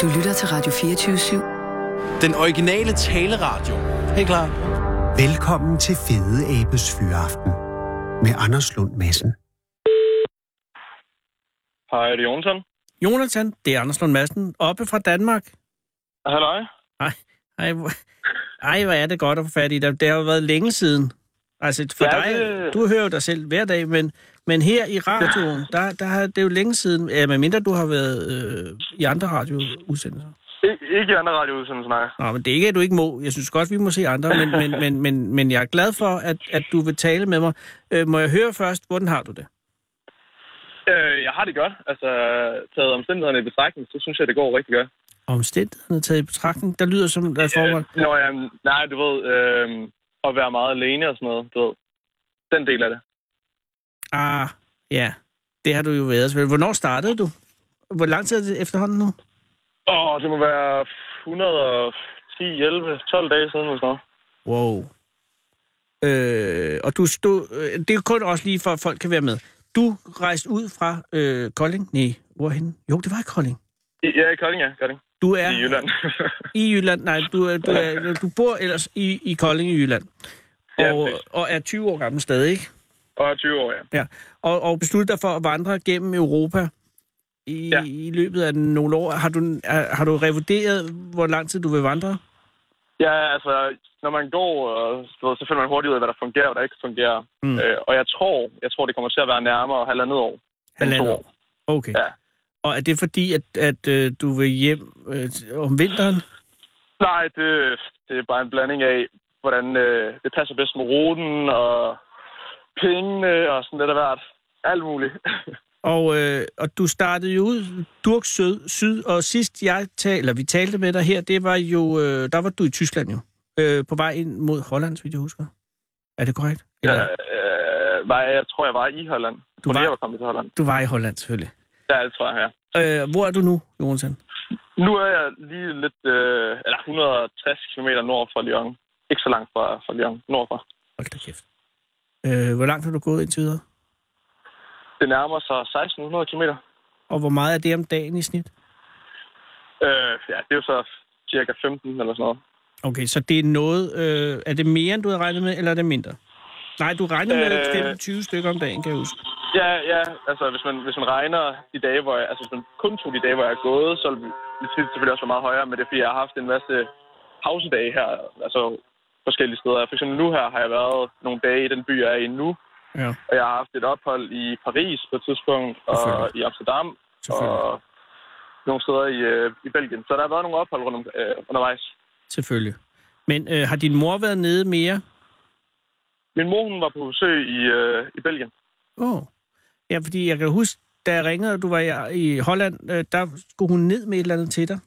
Du lytter til Radio 24 Den originale taleradio. Er I klar? Velkommen til Fede Abes Fyraften med Anders Lund Madsen. Hej, det er Jonsson. Jonathan, det er Anders Lund Madsen, oppe fra Danmark. Halløj. Ej, ej, hvor- ej, hvor er det godt at få fat i dig. Det har jo været længe siden. Altså, for Ja, dig, det- du hører jo dig selv hver dag, men, men her i radioen, der, der har det er jo længe siden, ja, medmindre du har været øh, i andre radioudsendelser. I- ikke i andre radioudsendelsen, nej. Nå, men det er ikke, at du ikke må. Jeg synes godt, vi må se andre, men, men, men, men, men jeg er glad for, at, at du vil tale med mig. Øh, må jeg høre først, hvordan har du det? Øh, jeg har det godt. Altså, taget omstændighederne i betragtning, så synes jeg, det går rigtig godt. Omstændighederne taget i betragtning, der lyder som der er forhold. Nå, ja, nej, du ved, øh, at være meget alene og sådan noget, du ved. Den del af det. Ah, ja. Det har du jo været selvfølgelig. Hvornår startede du? Hvor lang tid er det efterhånden nu? Åh, det må være 110, 11, 12 dage siden, eller sådan noget. Wow. Øh, og du stod... Øh, det er kun også lige for, at folk kan være med. Du rejste ud fra øh, Kolding? Nej, hvorhen? Jo, det var i Kolding. I- Ja, i Kolding, ja. Kolding. Du Ja. er I Jylland. i Jylland. Nej, du, er, du, er, du bor ellers i, i Kolding i Jylland. Ja, Og, præcis. og er 20 år gammel stadig, ikke? og er 20 år, ja. Ja. Og, og besluttede dig for at vandre gennem Europa i, ja. Ja. i løbet af nogle år. Har du, har, har du revurderet, hvor lang tid du vil vandre? Ja, altså, når man går, og, du ved, så finder man hurtigt ud af, hvad der fungerer og hvad der ikke fungerer. Mm. Mm. Øh, og jeg tror, jeg tror, det kommer til at være nærmere halvandet år. Halvandet to år. Okay. Ja. Og er det fordi, at, at øh, du vil hjem øh, om vinteren? Nej, det, det er bare en blanding af, hvordan øh, det passer bedst med ruten og pengene og sådan lidt af hvert. Alt muligt. Og, øh, og du startede jo ud Durk Sød, Syd, og sidst jeg tal, eller vi talte med dig her, det var jo, øh, der var du i Tyskland jo, øh, på vej ind mod Holland, så vidt jeg husker. Er det korrekt? ja. øh, nej, jeg tror, jeg var i Holland. Du Du var? var- Jeg var kommet til Holland. Du var i Holland selvfølgelig. Ja, det tror jeg, ja. Øh, hvor er du nu, Jonsen? Nu er jeg lige lidt, øh, eller 160 km nord for Lyon. Ikke så langt fra, fra Lyon, nordfra. Hold da kæft. Øh, hvor langt har du gået indtil videre? Det nærmer sig 1600 km. Og hvor meget er det om dagen i snit? Øh, ja, det er jo så cirka 15 eller sådan noget. Okay, så det er noget... Øh, er det mere, end du havde regnet med, eller er det mindre? Nej, du regnede med Øh. 25 stykker om dagen, kan jeg huske. Ja, ja, altså hvis man, hvis man regner de dage, hvor jeg, altså hvis man kun tog de dage, hvor jeg er gået, så ville det snit selvfølgelig også være meget højere, men det er fordi, jeg har haft en masse pausedage her, altså forskellige steder. For eksempel nu her har jeg været nogle dage i den by, jeg er i nu, Ja, og jeg har haft et ophold i Paris på et tidspunkt, og Selvfølgelig. i Amsterdam, selvfølgelig. og nogle steder i, øh, i Belgien. Så der har været nogle ophold rundt om, øh, undervejs. Selvfølgelig. Men øh, har din mor været nede mere? Min mor, hun var på besøg i, øh, i Belgien. Åh. Oh. Ja, fordi jeg kan huske, da jeg ringede, og du var i, i Holland, øh, der skulle hun ned med et eller andet til dig.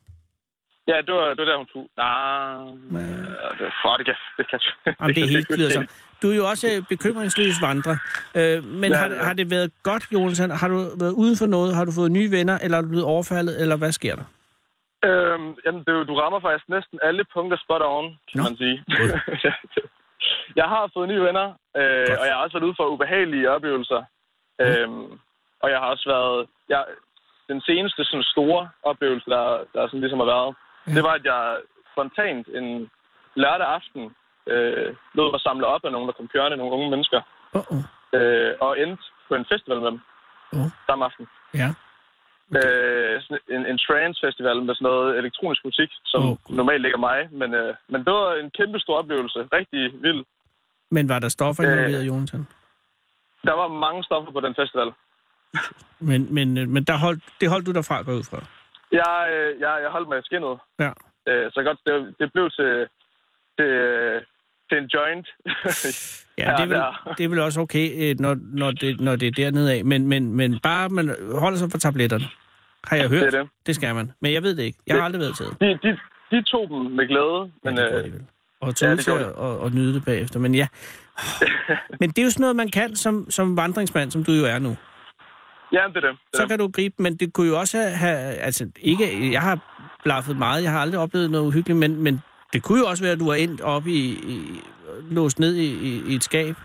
Ja, det var, det var der, hun tog. Nej, det, for, det kan, det kan, det Jamen, det kan- er helt altså. kan- klart. Så. Du er jo også øh, bekymringsløs vandrer. Øh, men Ja, har, ja. har det været godt, Jonsen? Har du været ude for noget? Har du fået nye venner, eller er du blevet overfaldet, eller hvad sker der? Øhm, jamen, det, er jo- du rammer faktisk næsten alle punkter spot on, kan Nå. Nå. man sige. jeg har fået nye venner, øh, og jeg har også været ude for ubehagelige oplevelser. Øhm, og jeg har også været... Jeg, den seneste sådan, store oplevelse, der, der sådan, ligesom har været, Ja. det var, at jeg spontant en lørdag aften øh, lod mig samle op af nogen, der kom kørende, nogle unge mennesker, Åh, oh, øh, og endte på en festival med dem Åh. samme aften. ja. øh, sådan en, en trance-festival med sådan noget elektronisk musik, som Åh, oh, Gud. normalt ligger mig. Men, øh, men det var en kæmpe stor oplevelse. Rigtig vild. Men var der stoffer Øh. involveret, Jonsen? Der var mange stoffer på den festival. Men, men, øh, men der holdt, det holdt du dig fra at gå ud fra? Jeg, øh, jeg, jeg holdt mig i skinnet. Ja. Øh, så godt, det, det blev til, til, til en joint. Ja, Ja, det er, vel, der. det er vel også okay, øh, når, når, det, når det er dernede af. Men, men, men bare man holder sig for tabletterne. Har jeg hørt? Det er det. det skal man. Men jeg ved det ikke. Jeg har aldrig været taget. de, de, de tog dem med glæde, men Ja, det øh, gjorde de vel. og ja, tog det ja, gjorde de. og, og nyde det bagefter. Men ja. Men det er jo sådan noget, man kan som, som vandringsmand, som du jo er nu. ja, det er det. det, er Så det. kan du gribe, men det kunne jo også have, have altså ikke, jeg har blaffet meget, jeg har aldrig oplevet noget uhyggeligt, men, men det kunne jo også være, at du var endt op i, i låst ned i, i, i et skab.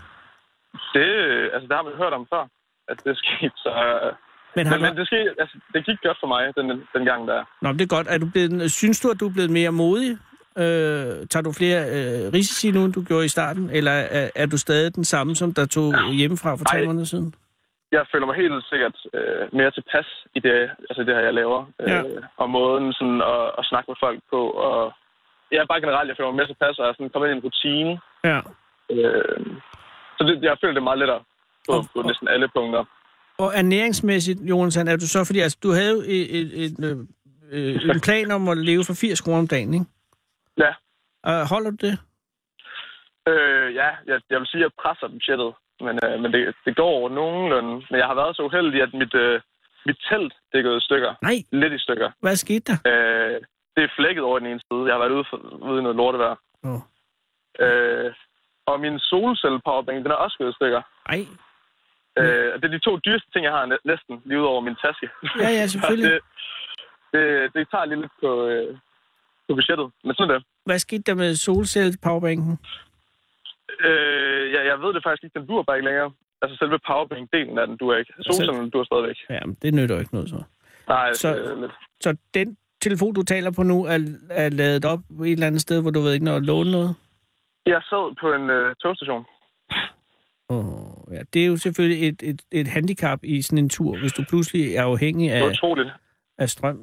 Det, øh, altså, det har man hørt om før, at det er sket. Så øh, Men har Men, du... men det, skete, altså, det gik godt for mig, den, den gang der. Nå, men det er godt. Er du blevet... Synes du, at du er blevet mere modig? Øh, tager du flere øh, risici nu, end du gjorde i starten? Eller er, er du stadig den samme, som der tog hjemmefra for tre Nej. måneder siden? Jeg føler mig helt sikkert øh, mere tilpas i det, altså det her, jeg laver. Øh, Ja. Og måden sådan, at, at snakke med folk på. Og, ja, bare generelt, jeg føler mig mere tilpas, og jeg er sådan kommet ind i en rutine. Ja. Øh, så det, jeg føler det er meget lettere på, Og- på og- næsten alle punkter. Og ernæringsmæssigt, Jonas, er du så... Fordi altså, du havde jo et, et, et, øh, øh, en plan om at leve for 80 kroner om dagen, ikke? Ja, Og holder du det? øh, ja jeg, jeg vil sige, at jeg presser budgettet, men, øh, men det, det går nogenlunde. Men jeg har været så uheldig, at mit, øh, mit telt det er gået i stykker. Nej, Lidt i stykker. hvad skete der? Øh, det er flækket over den ene side. Jeg har været ude, for, ude i noget lortevejr. Nå. Øh, og min solcellepowerbank, den er også gået i stykker. Nej. Mm. Øh, og det er de to dyreste ting, jeg har næ- næsten lige ud over min taske. Ja, ja, selvfølgelig. Så det, det, det tager lige lidt på, øh, på budgettet, men sådan er det. Hvad skete der med solcellepowerbanken? Øh, ja, jeg ved det faktisk ikke. Den dur bare ikke længere. Altså selve powerbank-delen af den dur ikke. Altså- Solcellen dur stadigvæk. Jamen, det nytter jo ikke noget så. Nej, Så- så... øh, lidt. Så den telefon, du taler på nu, er, er lavet op et eller andet sted, hvor du ved ikke noget at låne noget? Jeg sad på en øh, togstation. Oh, ja. Det er jo selvfølgelig et, et, et handicap i sådan en tur, hvis du pludselig er afhængig Det var af, utroligt. af strøm.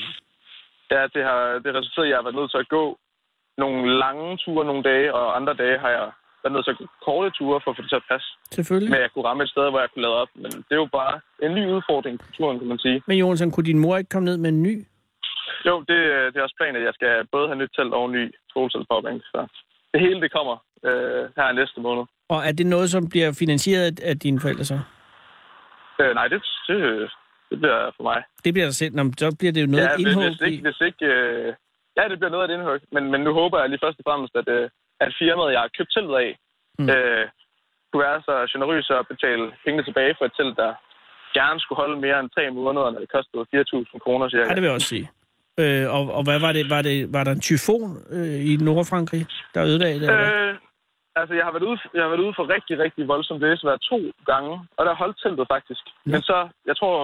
Ja, det har det resulteret i, at jeg har været nødt til at gå nogle lange ture nogle dage, og andre dage har jeg været nødt til at gå korte ture for at få det til at passe. Selvfølgelig. Men jeg kunne ramme et sted, hvor jeg kunne lade op. Men det er jo bare en ny udfordring på turen, kan man sige. Men Jonsen, kunne din mor ikke komme ned med en ny? Jo, det, øh, det er også planen, at jeg skal både have nyt telt og en ny solcellepowerbank. Så det hele, det kommer øh, her i næste måned. Og er det noget, som bliver finansieret af dine forældre så? Øh, nej, det, det, det bliver for mig. Det bliver der selv. Nå, men så bliver det jo noget ja, ja, hvis, indhold. hvis ikke, i- hvis ikke øh, ja, det bliver noget af et indhug. Men, men nu håber jeg lige først og fremmest, at, øh, at firmaet, jeg har købt teltet af, Mm. mm. øh, kunne være så generøs at betale pengene tilbage for et telt, der gerne skulle holde mere end tre måneder, når det kostede 4.000 kroner cirka. Ja, det vil jeg også sige. Øh, og, og hvad var det? Var, det, var der en tyfon øh, i Nordfrankrig, der ødelagde det? eller hvad? øh, altså, jeg har, været ude, jeg har været ude for rigtig, rigtig voldsomt blæsevejr to gange, og der holdt teltet faktisk. Ja. Ja. Men så, jeg tror,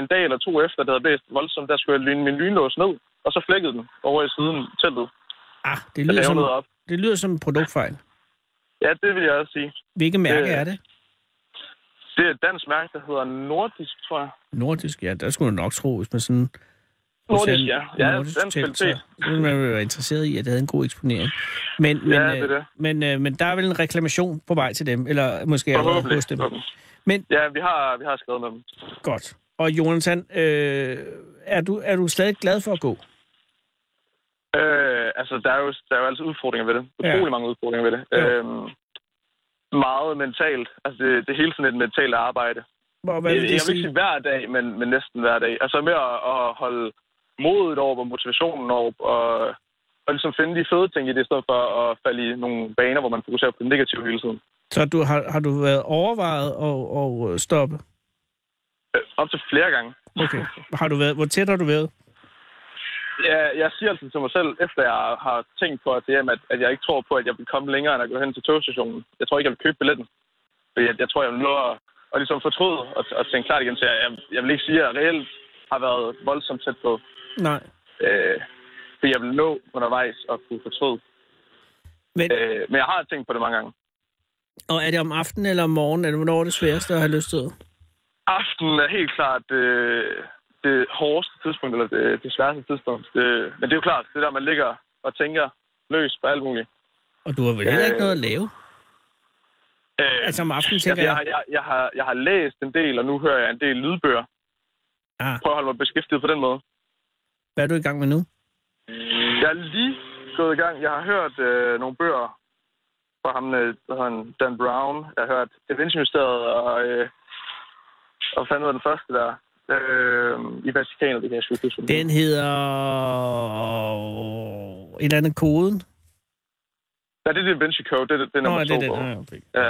en dag eller to efter, det havde blæst voldsomt, der skulle jeg lyne min lynlås ned, og så flækkede den over i siden teltet, Ah, det der lyder, som, levnede op. det lyder som en produktfejl. Ja, det vil jeg også sige. Hvilket mærke Øh. er det? Det er et dansk mærke, der hedder Nordisk, tror jeg. Nordisk, ja. Der skulle man nok tro, hvis man sådan... Nordisk, Hotel- ja. Ja, Nordisk dansk Hotel, kvalitet. så- så ville man jo være interesseret i, at det havde en god eksponering. Men, men, Ja, det er øh, det. men, øh, men der er vel en reklamation på vej til dem, eller måske allerede Forhåbentlig. hos dem. Forhåbentlig. Men- Ja, vi har, vi har skrevet med dem. Godt. Og Jonathan, øh, er, du, er du stadig glad for at gå? Øh, altså, der er, jo, der er jo altid udfordringer ved det. Ja. Utrolig mange udfordringer ved det. Ja. Øhm, meget mentalt. Altså, det, det er hele tiden et mentalt arbejde. Og hvad Jeg, jeg vil det vil ikke sige? sige hver dag, men, men næsten hver dag. Altså med at, at holde modet over, og motivationen over, og, og ligesom finde de fede ting i det, i stedet for at falde i nogle baner, hvor man fokuserer på det negative hele tiden. Så du, har, har du været overvejet at, at stoppe? Øh, op til flere gange. Okay. Har du været, hvor tæt har du været? Ja, jeg siger altid til mig selv, efter jeg har tænkt på at det hjem, at, at jeg ikke tror på, at jeg vil komme længere, end at gå hen til togstationen. Jeg tror ikke, jeg vil købe billetten. Fordi jeg, jeg tror, jeg vil nå at, at ligesom fortryde og, og tænke klart igen. Så jeg, jeg- jeg vil ikke sige, at jeg reelt har været voldsomt tæt på. Nej. Øh, fordi jeg vil nå undervejs og kunne fortryde. Men, Øh, men jeg har tænkt på det mange gange. og er det om aftenen eller om morgenen? Er det, hvornår er det sværeste at have lyst til? Aftenen er helt klart øh, det hårdeste tidspunkt, eller det, det sværeste tidspunkt. Øh, men det er jo klart, det er der, man ligger og tænker løs på alt muligt. Og du har vel heller ikke Øh. noget at lave? Øh, Altså om aftenen, Jeg, tænker jeg, har- jeg. jeg, jeg, har, jeg har læst en del, og nu hører jeg en del lydbøger. Ah, Prøv at holde mig beskæftiget på den måde. hvad er du i gang med nu? Jeg er lige gået i gang. Jeg har hørt øh, nogle bøger fra ham, øh, hvad hedder han, Dan Brown. Jeg har hørt Da Vinci-mysteriet, og, øh, og hvad fanden var den første der? Øh, I Vatikanet, det kan jeg sgu ikke huske. hvad Den hedder... Et eller andet koden. Ja, det er Da Vinci Code. Det er, det er Nå, nummer er Nå, to. det den? bog. Ah, okay. Ja.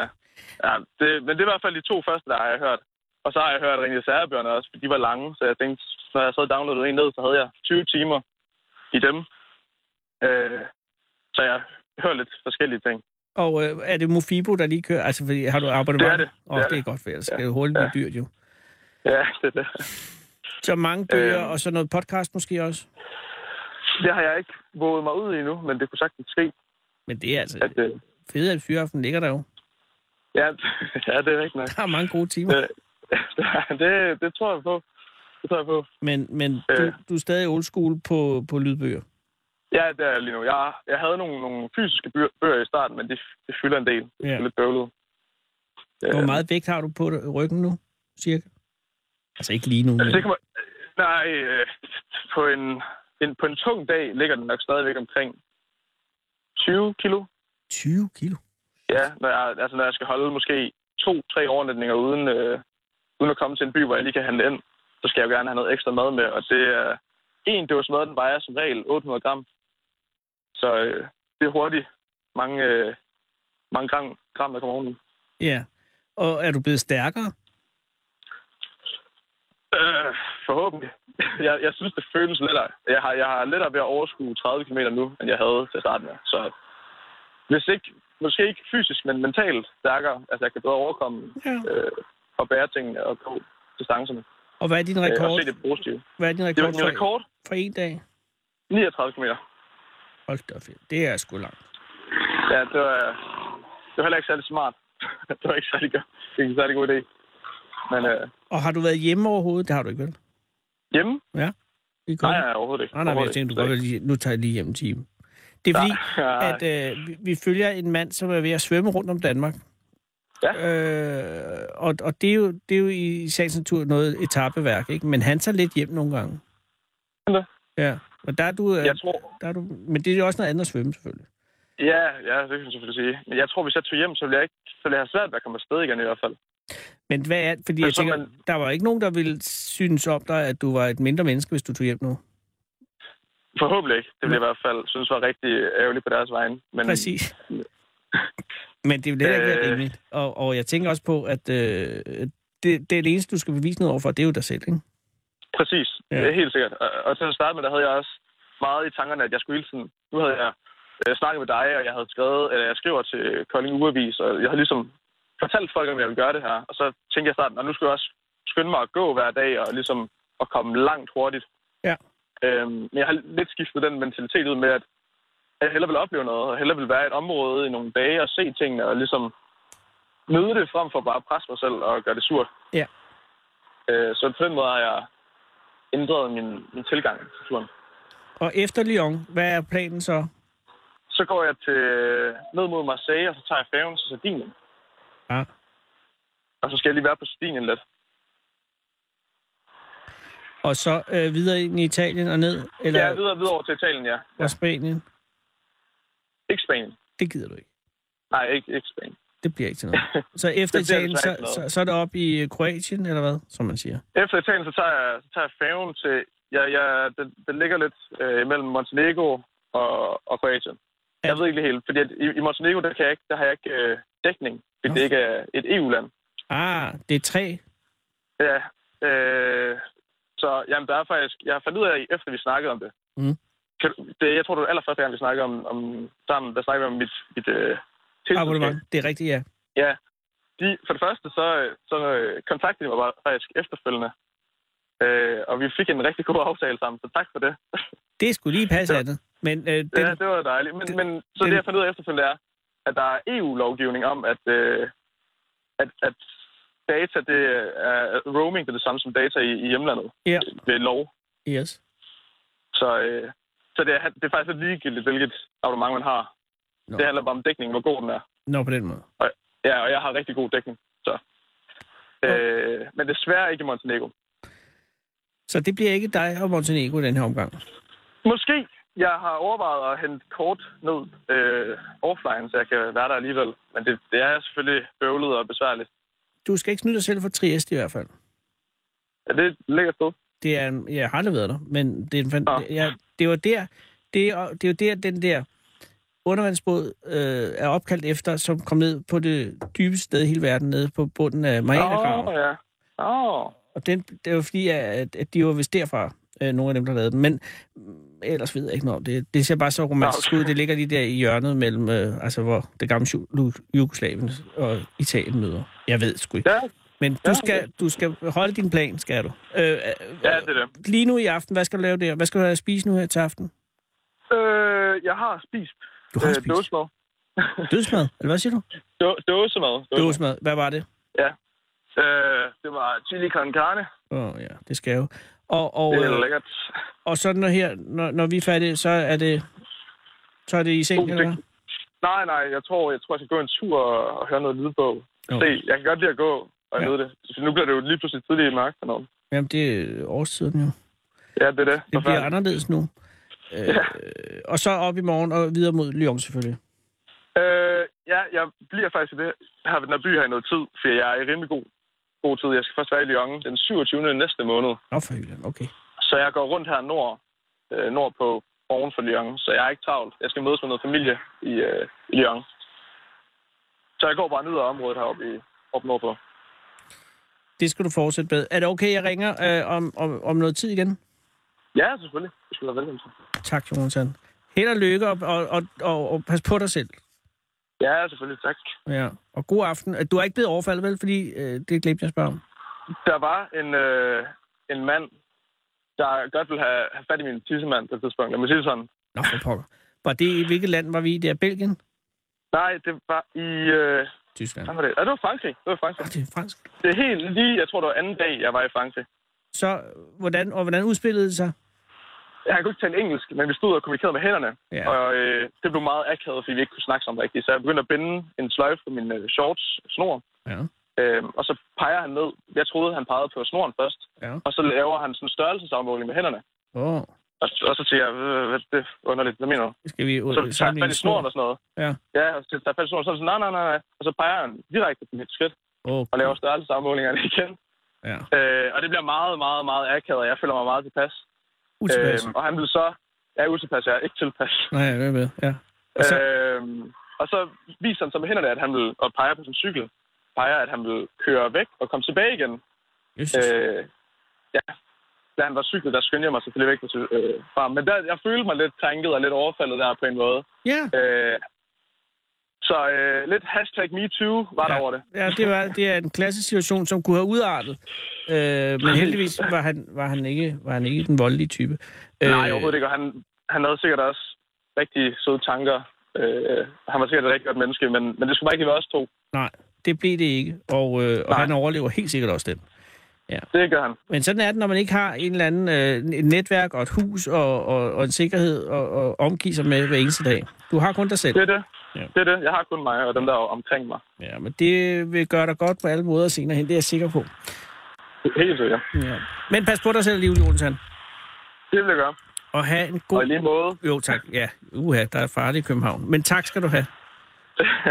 ja det, men det er i hvert fald de to første, der har jeg hørt. Og så har jeg hørt Ringe Særbjørn også, for de var lange. Så jeg tænkte, når jeg så downloadede en ned, så havde jeg 20 timer i dem. Øh, så jeg hører lidt forskellige ting. Og øh, er det Mofibo, der lige kører? Altså, fordi, har du Det abonnement? er det. Åh, Det er det er det. godt, for ellers skal det hurtigt Ja. blive dyrt jo. Ja, det er det. Så mange bøger Øh. øh... og så noget podcast måske også. Det har jeg ikke våget mig ud i endnu, men det kunne sagtens ske, Men det er altså... at... Øh, Fede at fyraften ligger der jo. ja, ja, det er rigtigt nok. Der er mange gode timer. Øh, det, det tror jeg på. Det tror jeg på. Men, men du, Øh. du er stadig old school på, på lydbøger. Ja, det er jeg lige nu. Jeg, jeg havde nogle, nogle fysiske bøger, bøger i starten, men det, det fylder en del. Det Ja. er lidt bøvlet. Hvor meget vægt har du på dig- ryggen nu, cirka? Altså ikke lige nu, men Altså, det kan man, nej, øh, på en, en, på en tung dag ligger den nok stadigvæk omkring 20 kilo. 20 kilo. Ja, når jeg, altså, når jeg skal holde måske to-tre overnatninger uden, øh, uden at komme til en by, hvor jeg lige kan handle ind, så skal jeg jo gerne have noget ekstra mad med. Og det er en dåse mad, den vejer som regel 800 gram. Så øh, det er hurtigt mange, øh, mange gram, gram, der kommer oveni. Ja. Og er du blevet stærkere? Øh, forhåbentlig. Jeg, jeg synes, det føles lettere. Jeg har, jeg har lettere ved at overskue 30 km nu, end jeg havde til starten af. Så hvis ikke, måske ikke fysisk, men mentalt stærkere. Altså, jeg kan bedre overkomme Ja. øh, og bære tingene og gå distancerne. Og hvad er din Øh, og rekord? se det positive. Hvad er din Det rekord var min for, rekord. for en dag? 39 km. Hold da fedt. Det er sgu langt. Ja, det var, det var heller ikke særlig smart. det var ikke særlig, godt. Det var ikke en særlig god idé. Men øh, Og har du været hjemme overhovedet? Det har du ikke, vel? hjemme? I er Nej, kommet? nej, overhovedet ikke. nej, nej, men jeg Overhovedet tænkte, du ikke. godt vil lige, nu tager jeg lige hjem en time. Det er fordi, Nej. at øh, vi- vi følger en mand, som er ved at svømme rundt om Danmark. Ja. Øh, og og det, er jo, det er jo i sagens natur noget etappeværk, ikke? Men han tager lidt hjem nogle gange. Nå. Ja, og der er du... Øh, Jeg tror, der er du men det er jo også noget andet at svømme, selvfølgelig. Ja, ja, det kan man selvfølgelig sige. Men jeg tror, hvis jeg tog hjem, så ville jeg, ikke, så ville jeg have svært ved at komme afsted igen i hvert fald. Men hvad er Fordi Men jeg så tænker, man- der var ikke nogen, der ville synes om dig, at du var et mindre menneske, hvis du tog hjem nu. Forhåbentlig ikke. Det ville jeg i hvert fald synes var rigtig ærgerligt på deres vegne. Men Præcis. Men det er jo heller ikke være Øh. rimeligt. Og, og jeg tænker også på, at øh, det, det er det eneste, du skal bevise noget overfor, det er jo dig selv, ikke? præcis, Ja. ja. det er helt sikkert. Og, og til at starte med, der havde jeg også meget i tankerne, at jeg skulle hele tiden... Nu havde jeg øh, snakket med dig, og jeg havde skrevet, eller jeg skriver til Kolding Urevis, og jeg havde ligesom fortalt folk, at jeg ville gøre det her. Og så tænkte jeg i starten, at nu skulle jeg også skynde mig at gå hver dag, og ligesom at komme langt hurtigt. Ja. Øhm, men jeg har lidt skiftet den mentalitet ud med, at jeg hellere vil opleve noget, og hellere vil være i et område i nogle dage og se tingene, og ligesom nyde det frem for bare at presse mig selv og gøre det surt. Ja. Øh, så på den måde har jeg ændret min, min tilgang til turen. Og efter Lyon, hvad er planen så? Så går jeg til, ned mod Marseille, og så tager jeg færgen til Sardinien. Ja. Og så skal jeg lige være på Sardinien lidt. Og så øh, videre ind i Italien og ned? Eller Ja, videre, videre over til Italien, ja. og Spanien? Ikke Spanien. Det gider du ikke. Nej, ikke, ikke Spanien. Det bliver ikke til noget. Så efter Det bliver Italien, desværre så, ikke noget. så, så er det op i øh, Kroatien, eller hvad, som man siger? Efter Italien, så tager jeg, så tager jeg færgen til... Ja, ja, den, den ligger lidt øh, mellem Montenegro og, og Kroatien. Ja. Jeg ved ikke lige helt, fordi at i, i Montenegro, der, kan jeg ikke, der har jeg ikke øh, dækning, fordi Nå. det ikke er et EU-land. Ah, det er tre. Ja, øh, så jamen, der er faktisk, jeg har fundet ud af, efter vi snakkede om det, Mm. kan, du- det jeg tror, det var allerførste gang, vi snakkede om, om sammen, der snakkede vi om mit, mit øh, Abonnement. Det er rigtigt, ja. De, for det første, så, øh, så øh, kontaktede de mig bare faktisk efterfølgende, øh, og vi fik en rigtig god aftale sammen, så tak for det. Det skulle lige passe andet. Men øh, den, Den, ja, det var dejligt. Men, den- den, men så den- det, jeg fandt ud af efterfølgende, er, at der er EU-lovgivning om, at, øh, at, at data, det er, roaming, det er det samme som data i, i hjemlandet Ja. ved lov. yes. Så, øh, så det, er, det er faktisk lidt ligegyldigt, hvilket abonnement man har. Nå. Nå. Det handler bare om dækningen, hvor god den er. Nå, på den måde. Ja, og jeg har rigtig god dækning. Så. Øh, men desværre ikke i Montenegro. Så det bliver ikke dig og Montenegro i den her omgang. Måske jeg har overvejet at hente kort ned øh, offline, så jeg kan være der alligevel. Men det, det er selvfølgelig bøvlet og besværligt. Du skal ikke snyde dig selv for Trieste i hvert fald. Ja, det er et lækkert sted. Det er en, jeg har aldrig været der, men det er en, fan- Nå. ja, det var der, det er, det er jo der, den der undervandsbåd øh, er opkaldt efter, som kom ned på det dybeste sted i hele verden, nede på bunden af Marianagraven. Åh, ja. Åh. Og den, det var fordi, at, at de var vist derfra, øh, nogle af dem, der lavede den. Men mm, ellers ved jeg ikke noget om det. Det ser bare så romantisk Nå, ud. okay. Det ligger lige der i hjørnet mellem, øh, altså hvor det gamle Ju- Lu- Jugoslavien og Italien møder. Jeg ved sgu ikke. Ja, Men du skal, du skal holde din plan, skal du. Øh, øh, Ja, det er det. Lige nu i aften, hvad skal du lave der? Hvad skal du have at spise nu her til aften? Øh, jeg har spist. øh, Du har spist. Dåsemad. Dødsmad? Eller hvad siger du? Då- Dåsemad. Dåsemad. Dødsmad. Hvad var det? Øh, det var chili con carne. Åh, oh, ja, det skal jeg jo. Og, og, Det er øh, lækkert. og så når, her, når, når vi er færdige, så er det, så er det i seng, God eller hvad? sigt. Nej, nej, jeg tror, jeg tror, jeg skal gå en tur og, og høre noget lydbog. Jo. Se, jeg kan godt lide at gå, og jeg Ja. ja. ved det. Så nu bliver det jo lige pludselig tidligt i mørkt. og noget. Jamen, det er årstiden jo. Ja, det er det. Det bliver Forfærdeligt. anderledes nu. Øh, og så op i morgen og videre mod Lyon selvfølgelig. Øh, ja, jeg bliver faktisk i det her ved den her by her i noget tid, for jeg er i rimelig god, god tid. Jeg skal først være i Lyon den 27. næste måned, Nå, for hylden, okay. så jeg går rundt her nord, øh, nord på oven for Lyon, så jeg er ikke travlt. Jeg skal mødes med noget familie i, øh, i Lyon. Så jeg går bare ned ad området heroppe i, op nordpå. Det skal du fortsætte med. Er det okay, jeg ringer øh, om, om, om noget tid igen? Ja, selvfølgelig. Det skal du være velkommen til. Tak, Jonathan. Held og lykke, og, og, og, og, og pas på dig selv. Ja, selvfølgelig. Tak. Ja. Og god aften. Øh, Du er ikke blevet overfaldet, vel? Fordi øh, det glemte jeg at spørge om. Der var en, øh, en mand, der godt ville have, have fat i min tissemand på et tidspunkt. Lad mig sige det sådan. Nå, for pokker. Var det i hvilket land var vi i? Det er Belgien? Nej, det var i... Øh, Tyskland. hvad var det? Ja, det var Frankrig. Det var Frankrig. Og det er fransk. Det er helt lige, jeg tror, det var anden dag, jeg var i Frankrig. Så øh, hvordan, og hvordan udspillede det sig? Jeg kunne ikke tale engelsk, men vi stod og kommunikerede med hænderne. Ja. Og øh, det blev meget akavet, fordi vi ikke kunne snakke sammen rigtigt. Så jeg begyndte at binde en sløjfe på min øh, shorts snor. Ja. Øh, og så peger han ned. Jeg troede, han pegede på snoren først. Ja. Og så laver han sådan en størrelsesafmåling med hænderne. Åh, Og, og så siger jeg, "Øh, hvad er det underligt, hvad mener du? skal vi Så ud tager jeg sammenligne fat i snoren og sådan noget. Ja. Ja, og så tager jeg fat i snoren og sådan, nej, nej, nej, nej. Og så peger han direkte på mit skridt Åh, og laver størrelsesafmålingerne igen. ja. Øh, og det bliver meget, meget, meget akavet, og jeg føler mig meget tilpas. Utilpas. Øhm, og han blev så... Jeg er utilpas, jeg er ikke tilpas. Nej, det er med. Ja. Og Og så, så, øhm, og så viser han så med hænderne, at han vil, og peger på sin cykel, peger, at han vil køre væk og komme tilbage igen. Jesus. Øh, ja, da han var cyklet, der skyndte jeg mig selvfølgelig væk på cy- øh, fra ham. Men der, jeg følte mig lidt krænket og lidt overfaldet der på en måde. ja. Øh, så øh, lidt hashtag MeToo var der over det. Ja, det, var, det er en klassisk situation, som kunne have udartet. Øh, men heldigvis var han, var, han ikke, var han ikke den voldelige type. Øh, Nej, overhovedet ikke. Og han, han havde sikkert også rigtig søde tanker. Øh, han var sikkert et rigtig godt menneske, men, men det skulle bare ikke være os to. Nej, det blev det ikke. Og, øh, og Nej. han overlever helt sikkert også den. Det gør han. Men sådan er det, når man ikke har en eller anden øh, et netværk og et hus og, og, og en sikkerhed og, og omgive sig med hver eneste dag. Du har kun dig selv. Det er det. Ja. Det er det. Jeg har kun mig og dem, der er omkring mig. Ja, men det vil gøre dig godt på alle måder senere hen, det er jeg sikker på. Helt sikkert. Ja. Men pas på dig selv, Liv Jonsen. Det vil jeg gøre. Og have en Og i god... lige måde, Jo, tak. Ja, uha, der er farligt i København. Men tak skal du have.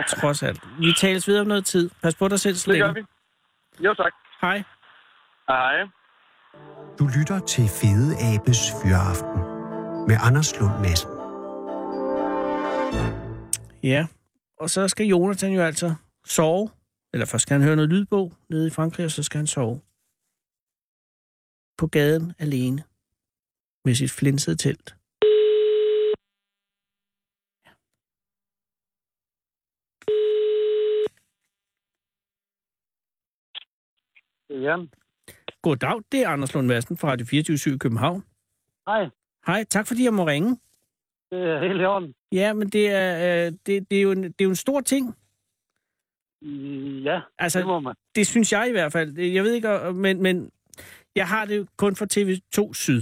Trods alt. Vi tales videre om noget tid. Pas på dig selv, så det gør længe. vi. Jo, tak. Hej. Hej. Du lytter til Fede Abes Fyraften med Anders Lund Madsen. Ja, og så skal Jonathan jo altså sove. Eller først skal han høre noget lydbog nede i Frankrig, og så skal han sove. På gaden alene. Med sit flinsede telt. Ja, Goddag, det er Anders Lund Madsen fra Radio 24 i København. hej. Hej, tak fordi jeg må ringe. Det er helt i orden. Ja, men det er, øh, det, det er, jo, en, det er jo en stor ting. Mm, Ja, Altså, det må man. det synes jeg i hvert fald. Jeg ved ikke, og- men, men jeg har det jo kun fra TV2 Syd.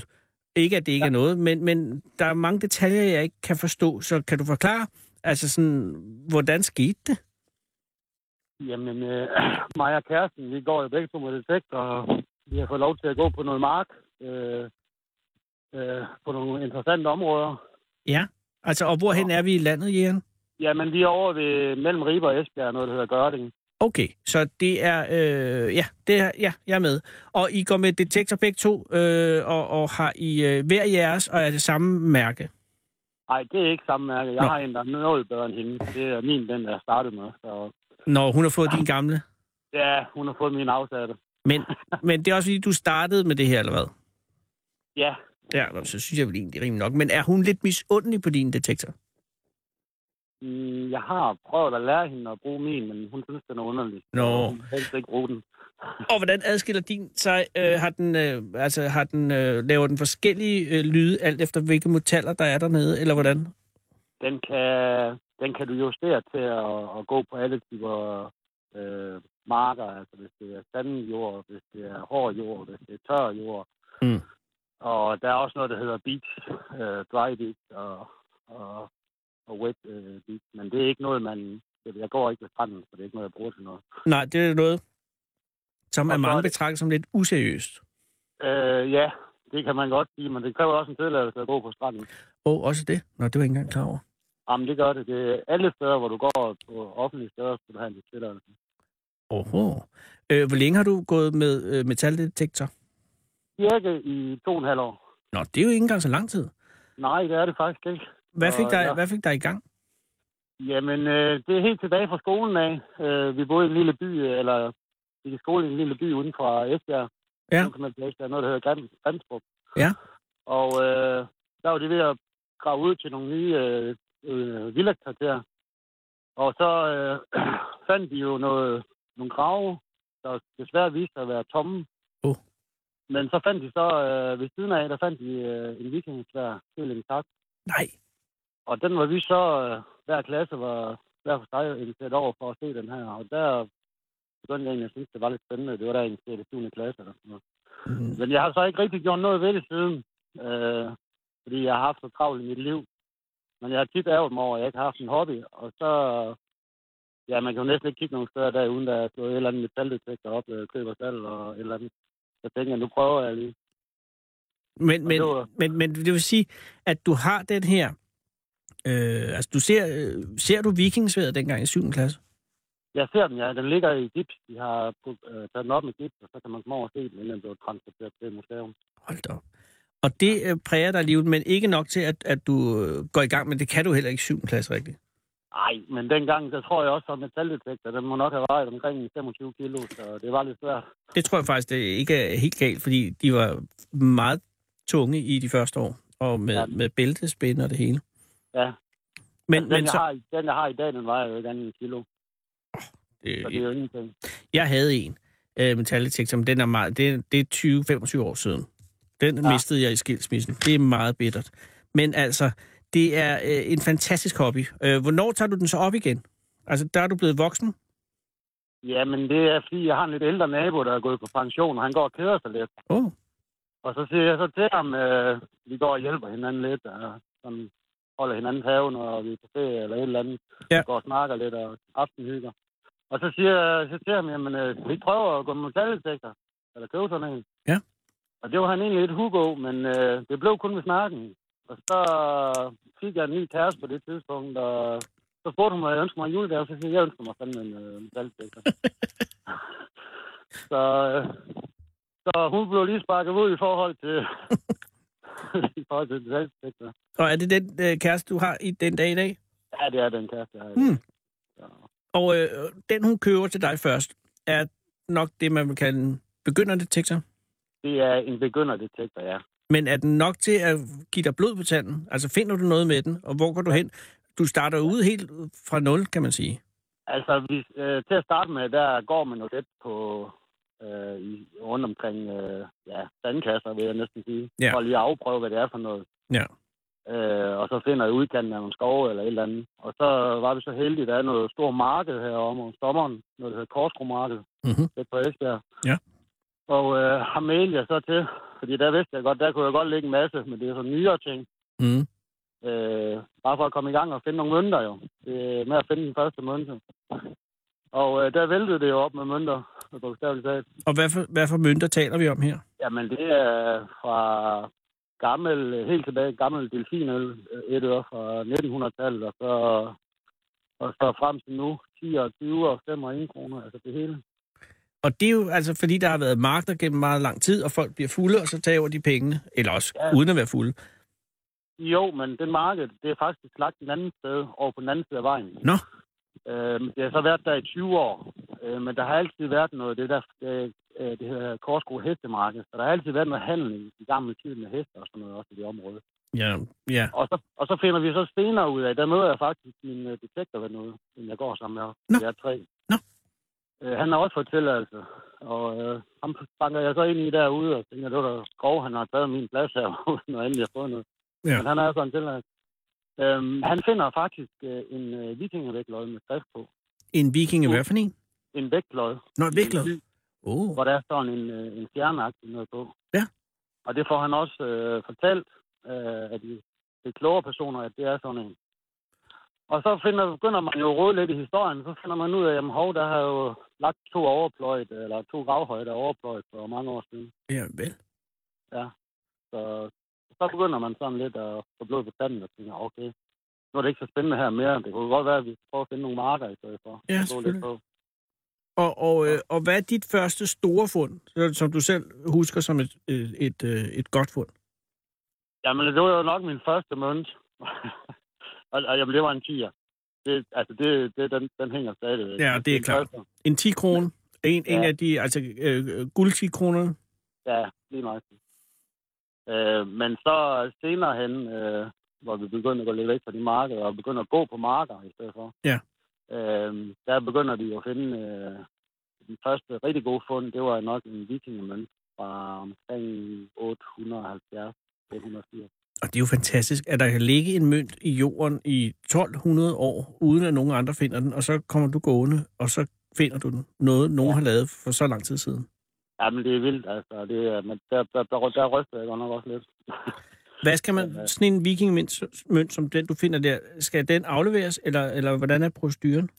Ikke, at det ikke ja. er noget, men, men der er mange detaljer, jeg ikke kan forstå. Så kan du forklare, altså sådan, hvordan skete det? Jamen, øh, mig og kæresten, vi går jo begge to med detekt, og vi har fået lov til at gå på noget mark, øh, øh, på nogle interessante områder. Ja. Altså, og hvorhen er vi i landet, Jæren? Jamen, vi er over ved mellem Ribe og Esbjerg, noget, der hedder Gørding. Okay, så det er, øh, ja, det er, ja, jeg er med. Og I går med detektor begge to, øh, og, og har I øh, hver jeres, og er det samme mærke? Nej, det er ikke samme mærke. Jeg Nå. har en, der er noget bedre end hende. Det er min, den, der startede med. Så Når hun har fået din gamle. ja, hun har fået min afsatte. Men, men det er også fordi, du startede med det her, eller hvad? Ja, Ja, nå, så synes jeg vel egentlig rimelig nok. Men er hun lidt misundelig på din detektor? mm, jeg har prøvet at lære hende at bruge min, men hun synes, den er underlig. Nå. Hun vil helst ikke bruge den. Og hvordan adskiller din sig? Øh, har den, øh, altså, har den, øh, laver den forskellige øh, lyde, alt efter hvilke metaller der er dernede, eller hvordan? Den kan, den kan du justere til at, at gå på alle typer øh, marker, altså hvis det er sandjord, hvis det er hård jord, hvis det er tør jord. Mm. Og der er også noget, der hedder beach, øh, dry beach og, og, og wet øh, beach, men det er ikke noget, man... Jeg går ikke ved stranden, så det er ikke noget, jeg bruger til noget. Nej, det er noget, som Og er så er mange det- betragter som lidt useriøst. Øh, ja, det kan man godt sige, men det kræver også en tilladelse at gå på stranden. Og oh, også det? Nå, det var jeg ikke engang klar over. Jamen, det gør det. det er alle steder, hvor du går på offentlige steder, skal du have en tilladelse. Oho. Øh, hvor længe har du gået med øh, metaldetektor? Cirka i to og en halv år. Nå, det er jo ikke engang så lang tid. Nej, det er det faktisk ikke. Hvad Nå, fik, dig, ja. hvad fik dig i gang? Jamen, øh, det er helt tilbage fra skolen af. Øh, vi boede i en lille by, øh, eller vi gik i skole i en lille by uden for Esbjerg. Ja. Nu kan man til Esbjerg, noget, der hedder Grim- Grimstrup. Ja. Og øh, der var de ved at grave ud til nogle nye øh, øh, villakvarterer. Og så øh, fandt de jo noget, nogle grave, der desværre viste sig at være tomme. Åh. Men så fandt de så, øh, ved siden af, der fandt de øh, en vikingesvær helt intakt. Nej. Og den var vi så, øh, hver klasse var hver for sig inviteret over for at se den her. Og der begyndte jeg egentlig at synes, det var lidt spændende. Det var der egentlig i 7. klasse. Eller sådan noget. Mm. Men jeg har så ikke rigtig gjort noget ved det siden, øh, fordi jeg har haft så travlt i mit liv. Men jeg har tit ærget mig over, at jeg ikke har haft en hobby. Og så, ja, man kan jo næsten ikke kigge nogen steder der, uden der er slået et eller andet metaldetektor op, øh, køb og salg og et eller andet. Så tænker jeg, nu prøver jeg lige. Men, Og men, det var- men, men det vil sige, at du har den her... Øh, altså, du ser, øh, ser du vikingsværet dengang i 7. klasse? Jeg ser den, ja. Den ligger i gips. De har put- øh, taget den op med gips, og så kan man komme over og se den, inden den blev transporteret til et museum. Hold da op. Og det øh, præger dig livet, men ikke nok til, at, at du øh, går i gang, men det kan du heller ikke i 7. klasse rigtigt. Nej, men dengang, der tror jeg også, at metaldetektor, den må nok have vejet omkring 25 kilo, så det var lidt svært. Det tror jeg faktisk det ikke er helt galt, fordi de var meget tunge i de første år, og med, ja. Ja. med bæltespind og det hele. Ja. Altså, Men, Den, men jeg så, har, i- den, jeg har i dag, den vejer jo ikke andet end en kilo, så det er øh, jo ingenting. jeg havde en øh, metaldetektor, men den er meget, det, det er 20-25 år siden. Den ja. Ja. mistede jeg i skilsmissen. Det er meget bittert. Men altså, det er øh, en fantastisk hobby. Øh, hvornår tager du den så op igen? Altså, der er du blevet voksen. Ja, men det er, fordi jeg har en lidt ældre nabo, der er gået på pension, og han går og keder sig lidt. Åh, oh, Og så siger jeg så til ham, øh, vi går og hjælper hinanden lidt, og sådan holder hinanden haven, og vi er på ferie eller et eller andet. Ja. Går og snakker lidt, og aftenhygger. Og så siger jeg så til ham, jamen, øh, skal vi ikke prøve at gå med metaldetektor? Eller købe sådan en? Ja. Og det var han egentlig lidt hugo, men øh, det blev kun ved snakken. Og så fik jeg en ny kæreste på det tidspunkt, og så spurgte hun mig, om jeg ønsker mig en julegave, og så siger jeg, jeg ønsker mig fandme en øh, metaldetektor. så, øh, så hun blev lige sparket ud i forhold til... i forhold til metaldetektor. og er det den øh, kæreste, du har i den dag i dag? Ja, det er den kæreste, jeg har. i Hmm. dag. Og øh, den, hun køber til dig først, er nok det, man vil kalde en begynderdetektor. Det er en begynderdetektor, ja. Men er den nok til at give dig blod på tanden? Altså, finder du noget med den, og hvor går du hen? Du starter jo ud helt fra nul, kan man sige. Altså, vi, øh, til at starte med, der går man jo lidt på øh, i, rundt omkring øh, ja, sandkasser, vil jeg næsten sige. Ja. For lige at afprøve, hvad det er for noget. Ja. Øh, og så finder jeg udkanten af nogle skove eller et eller andet. Og så var vi så heldige, der er noget stort marked her om, om sommeren. Noget, der hedder Korskromarked. Mhm. Det på Esbjerg. Ja. Og øh, har mailet jeg så til, fordi der vidste jeg godt, der kunne jeg godt lægge en masse, men det er sådan nyere ting. Mm. Øh, bare for at komme i gang og finde nogle mønter jo. Øh, med at finde den første mønte. Og øh, der væltede det jo op med mønter, bogstaveligt talt. Og hvad for, hvad for mønter taler vi om her? Jamen det er fra gammel, helt tilbage gammel delfinøl, øh, et øre fra 1900-tallet, og så, og så frem til nu, 10 og 20 og 5 og 1 kroner, altså det hele. Og det er jo altså, fordi der har været markeder gennem meget lang tid, og folk bliver fulde, og så tager de pengene. Eller også ja. Ja. uden at være fulde. Jo, men det marked, det er faktisk lagt en anden sted over på den anden side af vejen. Nå. Øh, det har så været der i 20 år, øh, men der har altid været noget, det der, øh, øh, det hedder Korsko Hestemarked, så der har altid været noget handel i, i gammel tid med heste og sådan noget også i det område. Ja, ja. Og så, og så finder vi så senere ud af, der møder jeg faktisk min øh, detektor ved noget, inden jeg går sammen med ham. Nå. Vi er tre. Nå. Øh, han har også fået tilladelse, og øh, ham banker jeg så ind i derude, og tænker, det var da grov, han har taget min plads herude, når endelig jeg har fået noget. Ja. Ja. Men han er sådan tilladelse. Øhm, han finder faktisk øh, en øh, vikingevægtløg med skrift på. En viking er Mm. hvad for en? En vægtløg, Nå, et vægtløg. Åh, hvor der er sådan en, øh, en stjerneagtig noget på. Ja. Og det får han også øh, fortalt øh, af de, de klogere personer, at det er sådan en. Og så finder, begynder man jo at rode lidt i historien, så finder man ud af, at hov, der har jo lagt to overpløjt, eller to gravhøjder overpløjt for mange år siden. ja vel. Så, så begynder man sådan lidt at få blod på tanden og tænker, okay, nu er det ikke så spændende her mere. Det kunne godt være, at vi prøver at finde nogle marker i stedet for. Ja, Gå lidt selvfølgelig. på. Og, og, øh, og hvad er dit første store fund, så- som du selv husker som et, øh, et, øh, et godt fund? Jamen, det var jo nok min første mønt. og, og jamen, det var en tiger. Det, altså, det, det, den, den hænger stadigvæk. Ja, det er Den klart. første. En 10 krone? En, en Ja. af de altså, øh, guld 10 kroner? Ja, lige nok. Øh, men så senere hen, øh, hvor vi begynder at gå lidt væk fra de markeder, og begynder at gå på marker i stedet for, Ja. øh, der begynder vi jo at finde øh, den første rigtig gode fund, det var nok en vikingemønt fra omkring 870 880. Og det er jo fantastisk, at der kan ligge en mønt i jorden i 1200 år, uden at nogen andre finder den, og så kommer du gående, og så finder du den. Noget, nogen ja. har lavet for så lang tid siden. Jamen, det er vildt, altså. Det er, men der, der, der, der ryster jeg godt nok også lidt. Hvad skal man, Ja. sådan en vikingmønt mønt som den, du finder der, skal den afleveres, eller, eller hvordan er proceduren?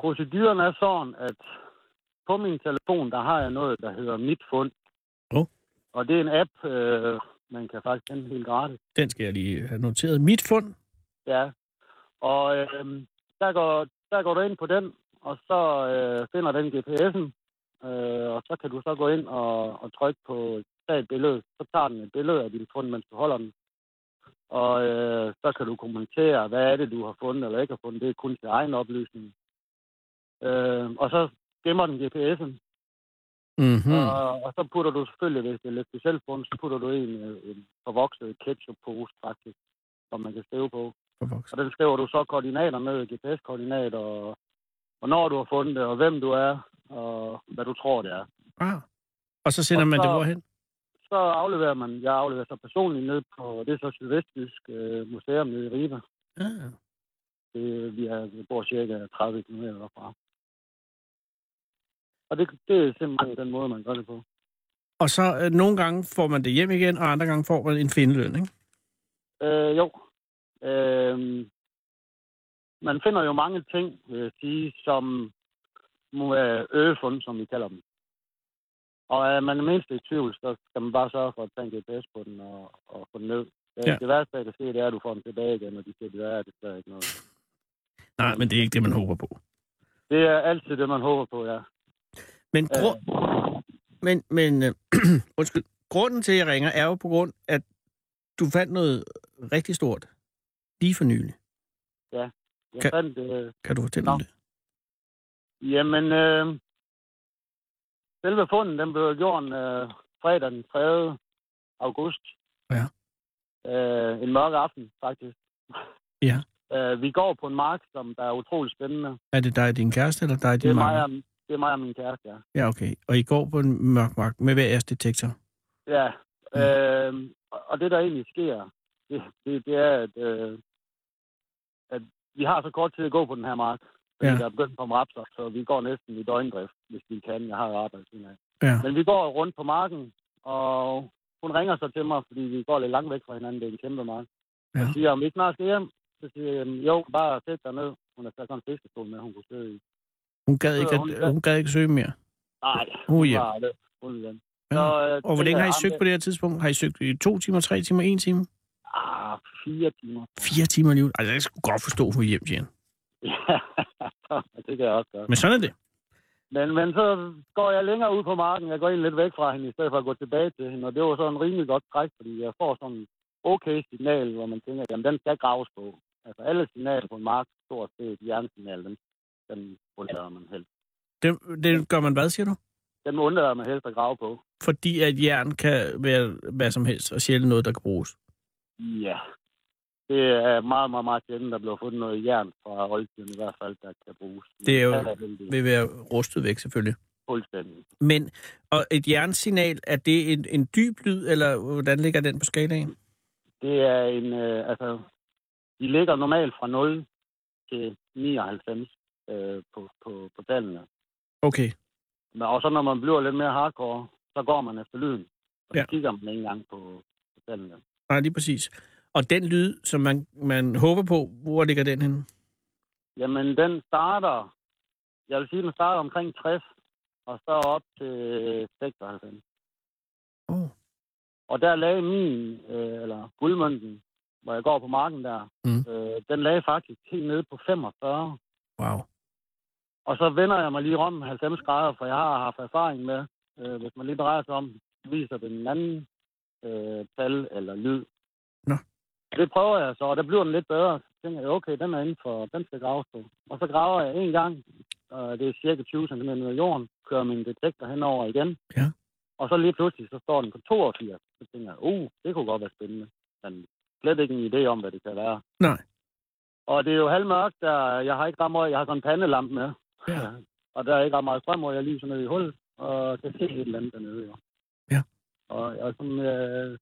Proceduren er sådan, at på min telefon, der har jeg noget, der hedder Mit Fund. Åh. Og det er en app, øh, man kan faktisk hente helt gratis. Den skal jeg lige have noteret. Mit fund, Ja. Og øh, der, går, der går du ind på den, og så øh, finder den GPS'en. Øh, og så kan du så gå ind og, og trykke på tag et billede. Så tager den et billede af din fund, mens du holder den. Og øh, så kan du kommentere, hvad er det, du har fundet eller ikke har fundet. Det er kun til egen oplysning. Øh, og så gemmer den GPS'en. mm-hmm. Mm. Og, og så putter du selvfølgelig, hvis det er lidt specielt fund, så putter du en, øh, en forvokset ketchup-pose faktisk, som man kan skrive på. Og den skriver du så koordinater med, GPS-koordinater, og hvornår du har fundet det, og hvem du er, og hvad du tror, det er. ah. Og så sender Og man det så- hvorhen? Så afleverer man, jeg afleverer så personligt ned på, det er så Sydvestjysk øh, Museum nede i Ribe. Ah. Det, vi, er, vi bor cirka 30 km derfra. Og det, det er simpelthen den måde, man gør det på. Og så øh, nogle gange får man det hjem igen, og andre gange får man en findeløn, ikke? Øh, jo. Øh, man finder jo mange ting, vil jeg sige, som øh, øgefund, som vi kalder dem. Og er man mindst i tvivl, så skal man bare sørge for at tage en GPS på den og, og få den ned. Ja. Ja. Det værste, der kan ske, det er, at du får den tilbage igen, og de siger, det er desværre ikke noget. Nej, men det er ikke det, man håber på. Det er altid det, man håber på, ja. Øh. Men, gru- men, men øh, undskyld, grunden til, at jeg ringer, er jo på grund, at du fandt noget rigtig stort lige for nylig. Jeg Kan- fandt, øh, Kan du fortælle Nå. om det? Jamen, øh, selve funden, den blev gjort øh, fredag den 3. august. Ja. Øh, en mørk aften, faktisk. Ja. Øh, vi går på en mark, som der er utrolig spændende. Er det dig og din kæreste, eller dig og Det er, din mig mand? og, det er mig og min kæreste, ja. Ja, okay. Og I går på en mørk mark med hver jeres detektor. Ja, Mm. øh, og- og det der egentlig sker, det, det, det er, at, øh, at vi har så kort tid at gå på den her mark, fordi Ja. ja. der er begyndt at komme rapser, så vi går næsten i døgndrift, hvis vi kan. Jeg har jo arbejdet siden af. Ja. Men vi går rundt på marken, og hun ringer så til mig, fordi vi går lidt langt væk fra hinanden. Det er en kæmpe mark. Ja. Ja. Og siger, om vi ikke snart skal hjem? Så siger jeg, jo, bare sæt dig ned. Hun har taget sådan en fiskestol med, hun kunne sidde i. Hun gad Så ikke, Øh, hun at, der. hun gad ikke søge mere. Nej, Hun er hjem. bare det. Hun er den. Oh, Ja. Så, øh, Og hvor tænker længe har jeg, I søgt "Jamen, på det her tidspunkt? Har I søgt i to timer, tre timer, en time? Ah, fire timer. Fire timer alligevel? Altså, jeg skulle godt forstå, hvor I hjem, Jan. Ja, det kan jeg også gøre. Men sådan er det. Men, men så går jeg længere ud på marken. Jeg går ind lidt væk fra hende, i stedet for at gå tilbage til hende. Og det var så en rimelig godt træk, fordi jeg får sådan en okay signal, hvor man tænker, jamen den skal graves på. Altså alle signaler på en mark, stort set jernsignal, den, den undlader man helst. det. Det gør man hvad, siger du? Den undlader man helst at grave på. Fordi at jern kan være hvad som helst, og sjældent noget, der kan bruges. Ja. det er meget, meget, meget sjældent, der bliver fundet noget jern fra oldtiden i hvert fald, der kan bruges. Det er jo- Der heldigvis vil være rustet væk selvfølgelig. fuldstændig. Men og et jernsignal, er det en, en dyb lyd, eller hvordan ligger den på skalaen? Det er en, øh, altså, de ligger normalt fra 0 til 99 øh, på, på, på tallene. Okay. Men, og så når man bliver lidt mere hardcore, så går man efter lyden. Og Ja. ja. kigger man ikke engang på, på tallene. Nej, lige præcis. Og den lyd, som man, man håber på, hvor ligger den henne? Jamen, den starter, jeg vil sige, den starter omkring 60, og så op til 96. Oh. Og der lagde min, øh, eller guldmønten, hvor jeg går på marken der, Mm. mm. øh, den lagde faktisk helt nede på 45. Wow. Og så vender jeg mig lige om 90 grader, for jeg har haft erfaring med, øh, hvis man lige drejer sig om, viser den en anden øh, tal eller lyd. Nå. Det prøver jeg så, og der bliver den lidt bedre. Så tænker jeg, okay, den er inden for, den skal graves på. Og så graver jeg en gang, og det er cirka 20 cm i jorden, kører min detektor henover igen. Ja. Og så lige pludselig, så står den på 82. Så tænker jeg, uh, det kunne godt være spændende. Men slet ikke en idé om, hvad det kan være. Nej. Og det er jo halvmørkt, der, jeg har ikke ret meget, jeg har sådan en pandelampe med. Ja. Og der er ikke ret meget strøm, og jeg lyser ned i hullet, og kan se et eller andet dernede. Jo. Ja. Og, og som, øh,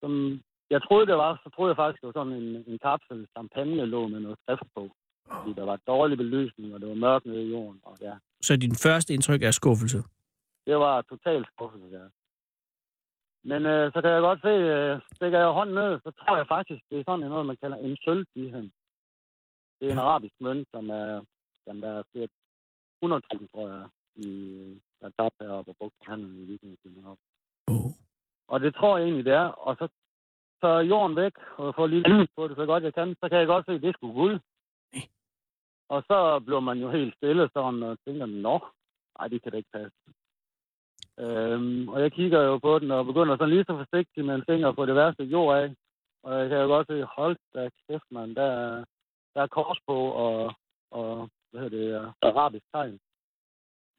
som jeg troede, det var, så troede jeg faktisk, det var sådan en, en kapsel champagne lå med noget skrift på. Fordi der var dårlig belysning, og det var mørkt nede i jorden. Og ja, Så din første indtryk er skuffelse. det var totalt skuffelse, ja. Men øh, så kan jeg godt se, øh, stikker jeg hånden ned, så tror jeg faktisk, det er sådan noget, man kalder en sølvdihen. Det er en arabisk mønt, som er, jamen, der er cirka 100.000, tror jeg, i, der er tabt heroppe og brugt på handel i vikingetiden heroppe. Oh. Og det tror jeg egentlig, det er. Og så tager jeg jorden væk og får lige lys på det så godt jeg kan. Så kan jeg godt se, at det skulle guld. Og så bliver man jo helt stille sådan og tænker, nå, nej, det kan da ikke passe. Øhm, og jeg kigger jo på den og begynder sådan lige så forsigtigt med en finger på det værste jord af. Og jeg kan jo godt se, hold da kæft, man, der, er- der er kors på og, og hvad hedder det, arabisk tegn.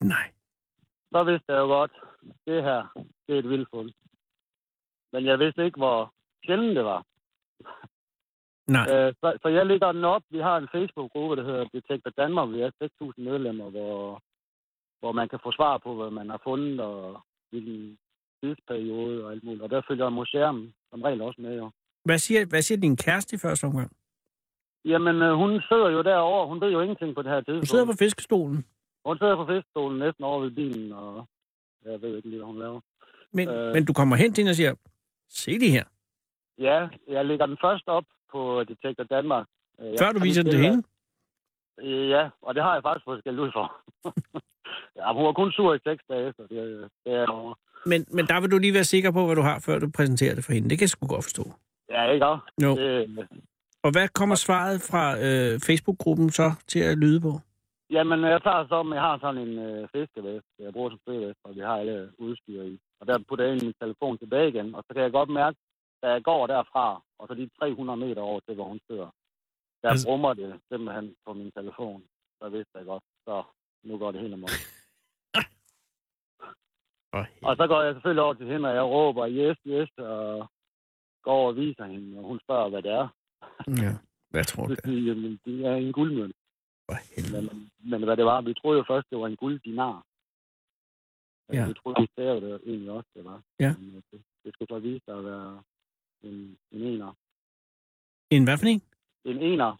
Nej. Så vidste jeg jo godt, det her, det er et vildt fund. Men jeg vidste ikke, hvor sjældent det var. Nej. Øh, så, så jeg lægger den op. Vi har en Facebook-gruppe, der hedder Detektor Danmark. Vi er 6.000 medlemmer, hvor, hvor man kan få svar på, hvad man har fundet, og hvilken tidsperiode og alt muligt. Og der følger museum som regel også med, jo. Hvad siger, hvad siger din kæreste i første omgang? Jamen, øh, hun sidder jo derovre. Hun ved jo ingenting på det her Du tidspunkt. sidder på fiskestolen, Hun sidder på feststolen næsten over ved bilen, og jeg ved ikke lige, hvad hun laver. men, øh. Øh. men du kommer hen til hende og siger, se det her, Ja, jeg lægger den først op på Detektor Danmark. Øh, jeg før du kan viser den ikke til selv- hende. Øh, Ja, og det har jeg faktisk fået skæld ud for. ja, hun var kun sur i seks dage efter. Det, det er over. Men, men der vil du lige være sikker på, hvad du har, før du præsenterer det for hende. Det kan jeg sgu godt forstå. Ja, ikke også? Øh, Jo. Det, Og hvad kommer svaret fra øh, Facebook-gruppen så til at lyde på? jamen, jeg tager så, om jeg har sådan en øh, fiskevest, jeg bruger som fiskevest, og vi har alle udstyr i. Og der putter jeg ind min telefon tilbage igen, og så kan jeg godt mærke, da jeg går derfra, og så lige 300 meter over til, hvor hun sidder, der Altså- altså... brummer det simpelthen på min telefon. Så vidste jeg godt, så nu går det helt amok. Og så går jeg selvfølgelig over til hende, og jeg råber, yes, yes, og går over og viser hende, og hun spørger, hvad det er. Ja. Hvad tror du? Så siger jeg, jamen, det er en guldmønt. For helvede. Men, men hvad det var, vi troede jo først, det var en gulddinar. Ja. Ja. Vi troede, vi sagde det egentlig også, det var. Ja. Men, øh, det, det skulle så vise sig at være en, en ener. En hvad for en? En ener,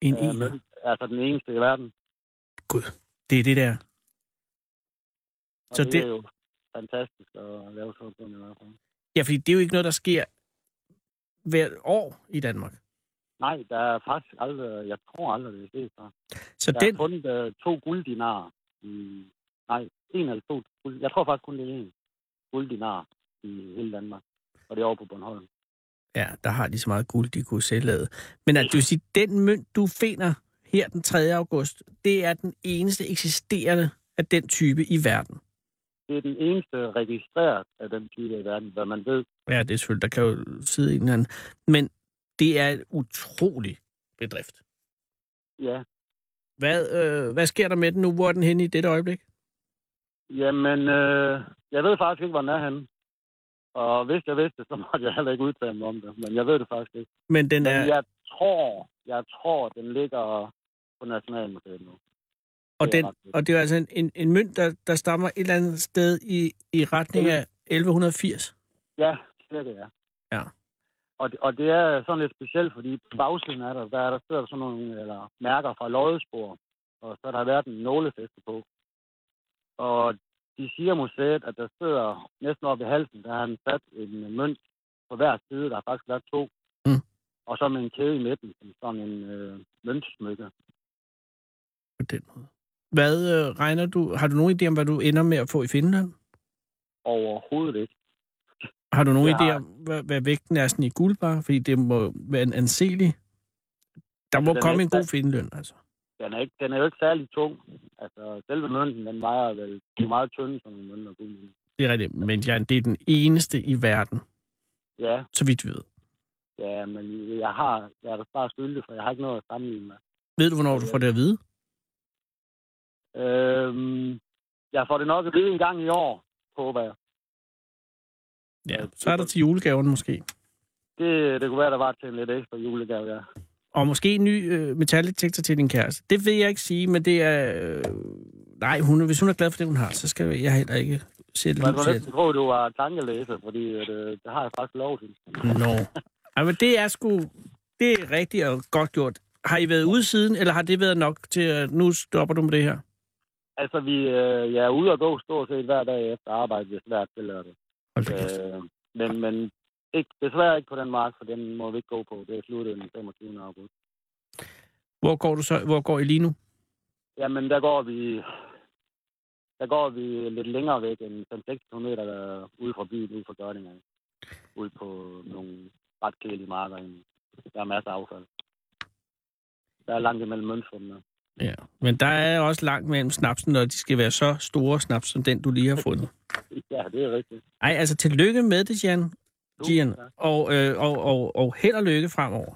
En øh, ener. men altså den eneste i verden. Det er det der. Og Så så det, det- det er jo fantastisk at lave sådan noget i hvert fald. Ja, fordi det er jo ikke noget, der sker hvert år i Danmark. Nej, der er faktisk aldrig, jeg tror aldrig, det er set før. Så Der den, er fundet øh, to gulddinarer. I, nej, en eller to. guld- Jeg tror faktisk kun det er en gulddinar i hele Danmark. Og det er over på Bornholm. ja, der har de så meget guld, de kunne selv lade. Men at du vil sige, den mønt, du finder her den 3. august, det er den eneste eksisterende af den type i verden. Det er den eneste registreret af den type i verden, hvad man ved. Ja, det er selvfølgelig, der kan jo sidde en eller anden. Men det er et utrolig bedrift. Ja. Hvad, øh, hvad sker der med den nu? Hvor er den henne i dette øjeblik? Jamen, øh, jeg ved faktisk ikke, hvor den er henne. Og hvis jeg vidste, så måtte jeg heller ikke udtale mig om det. Men jeg ved det faktisk ikke. Men den Men er, jeg, tror, jeg tror, den ligger på Nationalmuseet nu. Og, Det er den, ret vigtigt. og det er jo altså en, en, en mønt, der, der stammer et eller andet sted i, i retning af 1180. Ja, cirka ja. Ja. Og, det- og det er sådan lidt specielt, fordi på bagsiden af der, der er der sidder der sådan nogle eller, mærker fra loddespor, og så har der været en nålefæste på. Og de siger museet, at der sidder næsten oppe i halsen, der har han sat en mønt på hver side, der har faktisk været to. Mm. Og så med en kæde i midten, som sådan en øh, møntsmykke. På den måde. Hvad øh, regner du? Har du nogen idé om, hvad du ender med at få i Finland? Overhovedet ikke. Har du nogen Jeg idé har- om, hvad, hvad vægten er sådan i guld bare? Fordi det må være en anselig... Der må den er komme en ikke god fast. finløn, altså. Den er, ikke, den er jo ikke særlig tung. Altså, selve mønten, den vejer vel de er meget tynd, som en mønt og guld. Det er rigtigt, men jeg, det er den eneste i verden, Ja, så vidt vi ved. Ja, men jeg har, jeg er da bare skyldig, for jeg har ikke noget at sammenligne med. Ved du, hvornår du får det at vide? Øhm, jeg får det nok at vide en gang i år, håber jeg. Ja, så er der til julegaven måske. Det, det kunne være, der var til en lidt ekstra julegave, ja. Og måske en ny øh, metaldetektor til din kæreste. Det vil jeg ikke sige, men det er... Øh, nej, hun, hvis hun er glad for det, hun har, så skal jeg heller ikke sætte Men jeg lyd kunne til næsten tro, at du var tankelæser, fordi at, øh, det har jeg faktisk lov til. det. Nå. Ej, men det er sgu... Det er rigtigt og godt gjort. Har I været ude siden, eller har det været nok til, at nu stopper du med det her? Altså, vi, øh, jeg er ude og gå stort set hver dag efter arbejde, hvis hver tillader det. Hold da kæft. Øh, men men ikke, desværre ikke på den mark, for den må vi ikke gå på. Det er sluttet den 25. august. Hvor går, du så, hvor går I lige nu? Jamen, der går vi... Der går vi lidt længere væk end 5-6 km øh, ude fra byen, ude fra Gørninger. Ude på nogle ret kedelige marker. egentlig. Der er masser af affald. Der er langt imellem mønstrene. Ja. Men der er også langt mellem snapsen, når de skal være så store snaps, som den, du lige har fundet. Ja, det er rigtigt. Ej, altså tillykke med det, Jan. Du, Gian, ja. og, øh, og, og, og held og lykke fremover.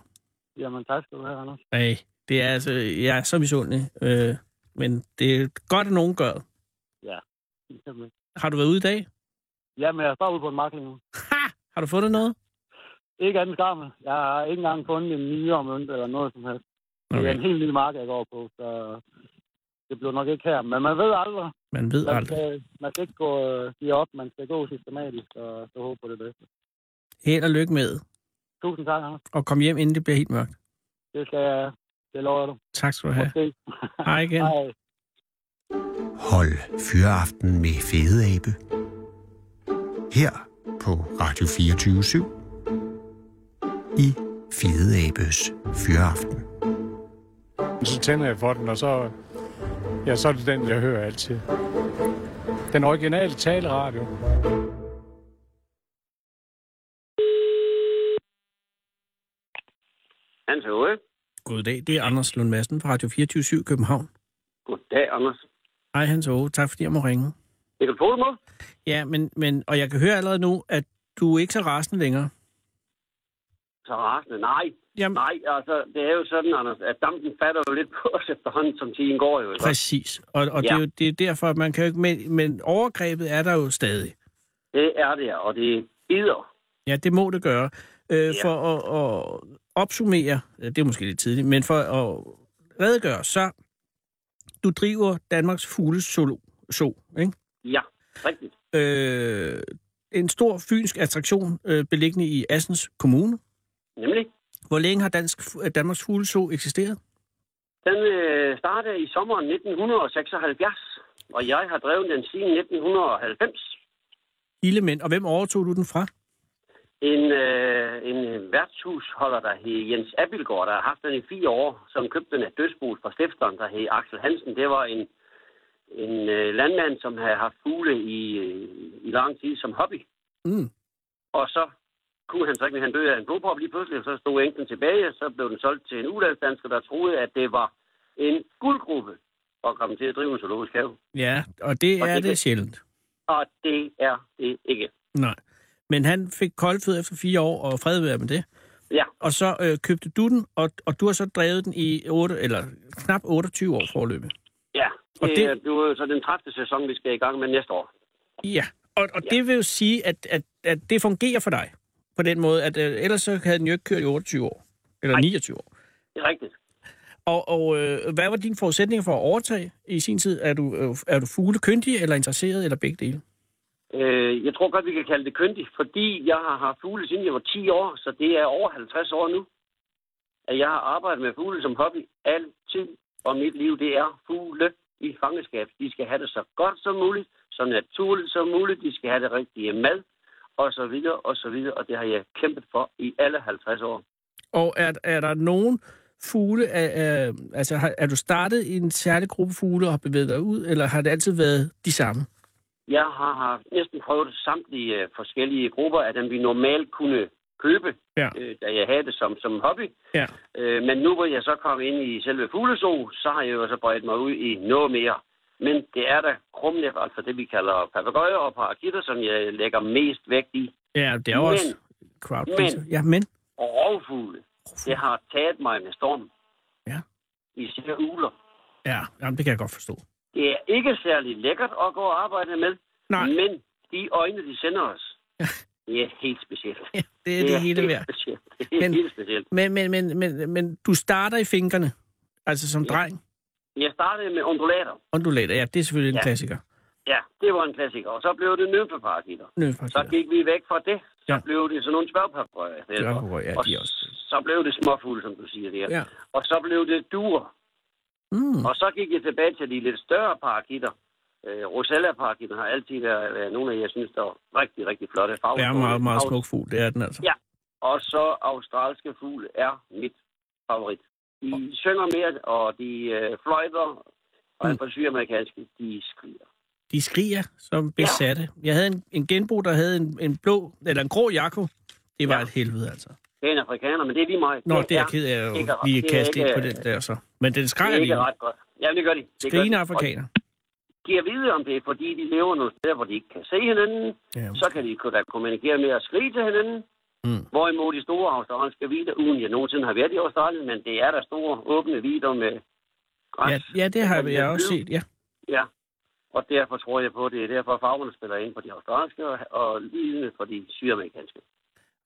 Jamen, tak skal du have, Anders. Nej, det er altså, jeg er så misundelig. Øh, men det er godt, at nogen gør. det. Jamen, Har du været ude i dag? Jamen, jeg står ude på en mark lige nu. Ha! Har du fundet noget? Ikke andet gammel. Jeg har ikke engang fundet en nyere mønt eller noget som helst. Okay. Det er en helt lille mark, jeg går på, så det blev nok ikke her. Men man ved aldrig. Man ved Man aldrig. skal, man skal ikke gå, øh, give op, man skal gå systematisk og så håbe på det bedste. Held og lykke med, Tusind tak, Anders. og kom hjem, inden det bliver helt mørkt. Det skal jeg, det lover jeg dig. Tak skal du have. Måske. Hej igen. Hej. Hold Fyraften med Fede Abe. Her på Radio 24 I Fede Abes Fyraften. Så tænder jeg for den, og så, ja, så er det den, jeg hører altid. Den originale taleradio. Hans Høje. Goddag, det er Anders Lund Madsen fra Radio 24 København. Goddag, Anders. Hej Hans Åge, tak fordi jeg må ringe. Det kan du tro, du må. Ja, men, men, og jeg kan høre allerede nu, at du er ikke så rasende længere. Så rasende. Nej, Jamen, nej, altså, det er jo sådan, Anders, at dampen fatter jo lidt på os efterhånden, som tiden går jo. ikke? præcis. Og, og det, er Ja. jo, det er derfor, at man kan jo ikke... Men, men overgrebet er der jo stadig. Det er det, og det bider. Ja, det må det gøre. Øh, for at, at opsummere, øh, det er måske lidt tidligt, men for at redegøre, så du driver Danmarks Fugles Solo, so, ikke? Ja, rigtigt. Øh, en stor fynsk attraktion øh, beliggende i Assens Kommune. Nemlig, Hvor længe har Dansk, øh, Danmarks Fugles Zoo eksisteret? den øh, startede i sommeren 1976, og jeg har drevet den siden 1990. Illemænd, og hvem overtog du den fra? En, øh, en værtshusholder, der hed Jens Abildgaard, der har haft den i fire år, som købte den af dødsbrug fra stifteren, der hed Axel Hansen. Det var en, en øh, landmand, som havde haft fugle i, øh, i lang tid som hobby. Mm. Og så kunne han så ikke, mere. han døde af en blodprop lige pludselig, og så stod enken tilbage, og så blev den solgt til en udlandsdansker, der troede, at det var en guldgruppe og kom til at drive en zoologisk have. Ja, og det Og er det- det sjældent. Og det er det ikke. Nej. Men han fik koldfød efter fire år, og fred være med det. Ja, Og så øh, købte du den, og, og du har så drevet den i 8, eller knap 28 år forløbet. ja. Og Og det- det er jo så den 30. sæson, vi skal i gang med næste år. Ja, og, og ja. det vil jo sige, at, at, at det fungerer for dig. På den måde, at øh, ellers så havde den jo ikke kørt i 28 år. Eller Nej. 29 år. Det er rigtigt. Og, og øh, hvad var dine forudsætninger for at overtage i sin tid? Er du, øh, er du fuglekyndig, eller interesseret, eller begge dele? Øh, jeg tror godt, vi kan kalde det kyndig, fordi jeg har haft fugle, siden jeg var 10 år, så det er over 50 år nu, at jeg har arbejdet med fugle som hobby altid, og mit liv, det er fugle i fangenskab. De skal have det så godt som muligt, så naturligt som muligt, de skal have det rigtige mad, og så videre, og så videre, og det har jeg kæmpet for i alle 50 år. Og er, er der nogen fugle, er, er, altså har, er du startet i en særlig gruppe fugle og har bevæget dig ud, eller har det altid været de samme? Jeg har haft næsten prøvet samtlige øh, forskellige grupper af dem, vi normalt kunne købe, Ja. øh, da jeg havde det som, som hobby. Ja. Øh, men nu hvor jeg så kom ind i selve fuglesol, så har jeg jo så bredt mig ud i noget mere. Men det er da krumnæb, altså det vi kalder papegøjer og parakitter, som jeg lægger mest vægt i. Ja, det er jo Men- også crowd pleaser. Ja, men. Og rovfugle, det har taget mig med storm. Ja. Især uler. Ja, jamen, det kan jeg godt forstå. Det er ikke særlig lækkert at gå og arbejde med, Nej. men de øjne, de sender os, det er helt specielt. Det er det, det hele helt værd. specielt. Det er Men- helt specielt. Men, men, men, men, men du starter i fingrene, altså som ja. dreng. Jeg startede med undulater. Undulater, ja, det er selvfølgelig en ja. Ja. klassiker. Ja, det var en klassiker. Og så blev det nymfeparakitter. Så Nødvendig. gik vi væk fra det. Så Ja. blev det sådan nogle spørgpaprøjer. i stedet for. Dværgpapegøjer, ja, og de er også- så blev det småfugle, som du siger der. Ja. Og så blev det duer. Mm. Og så gik jeg tilbage til de lidt større parakitter. Øh, Rosella-parakitter har altid været, været nogle af jeg synes, der var rigtig, rigtig flotte farver. Det er en meget, meget smuk fugl, det er den altså. Ja. Og så australske fugle er mit favorit. De synger mere, og de øh, fløjter, og mm. for sydamerikanske, de skriger. De skriger som besatte. Jeg havde en, en genbo, der havde en, en blå, eller en grå jakko. Det var ja. Ja. et helvede, altså. Det er en afrikaner, men det er lige mig. Nå, det er jeg ked af at ikke- jo lige det er kaste ind på ikke- den der så. Men den Det skrækker er lige. ikke ret godt. Ja, det gør de. Det gør Skrigende de. afrikaner. Og de er vide om det, fordi de lever nogle steder, hvor de ikke kan se hinanden. Ja. Så kan de kunne da kommunikere med at skrige til hinanden. Mm. Hvorimod de store australske vider, uden jeg nogensinde har været i Australien, men det er der store åbne vider med græs. Ja, ja, det har Som jeg er også blød. set, ja. Ja, og derfor tror jeg på, at det er derfor, at farverne spiller ind på de australske og- og lignende for de sydamerikanske.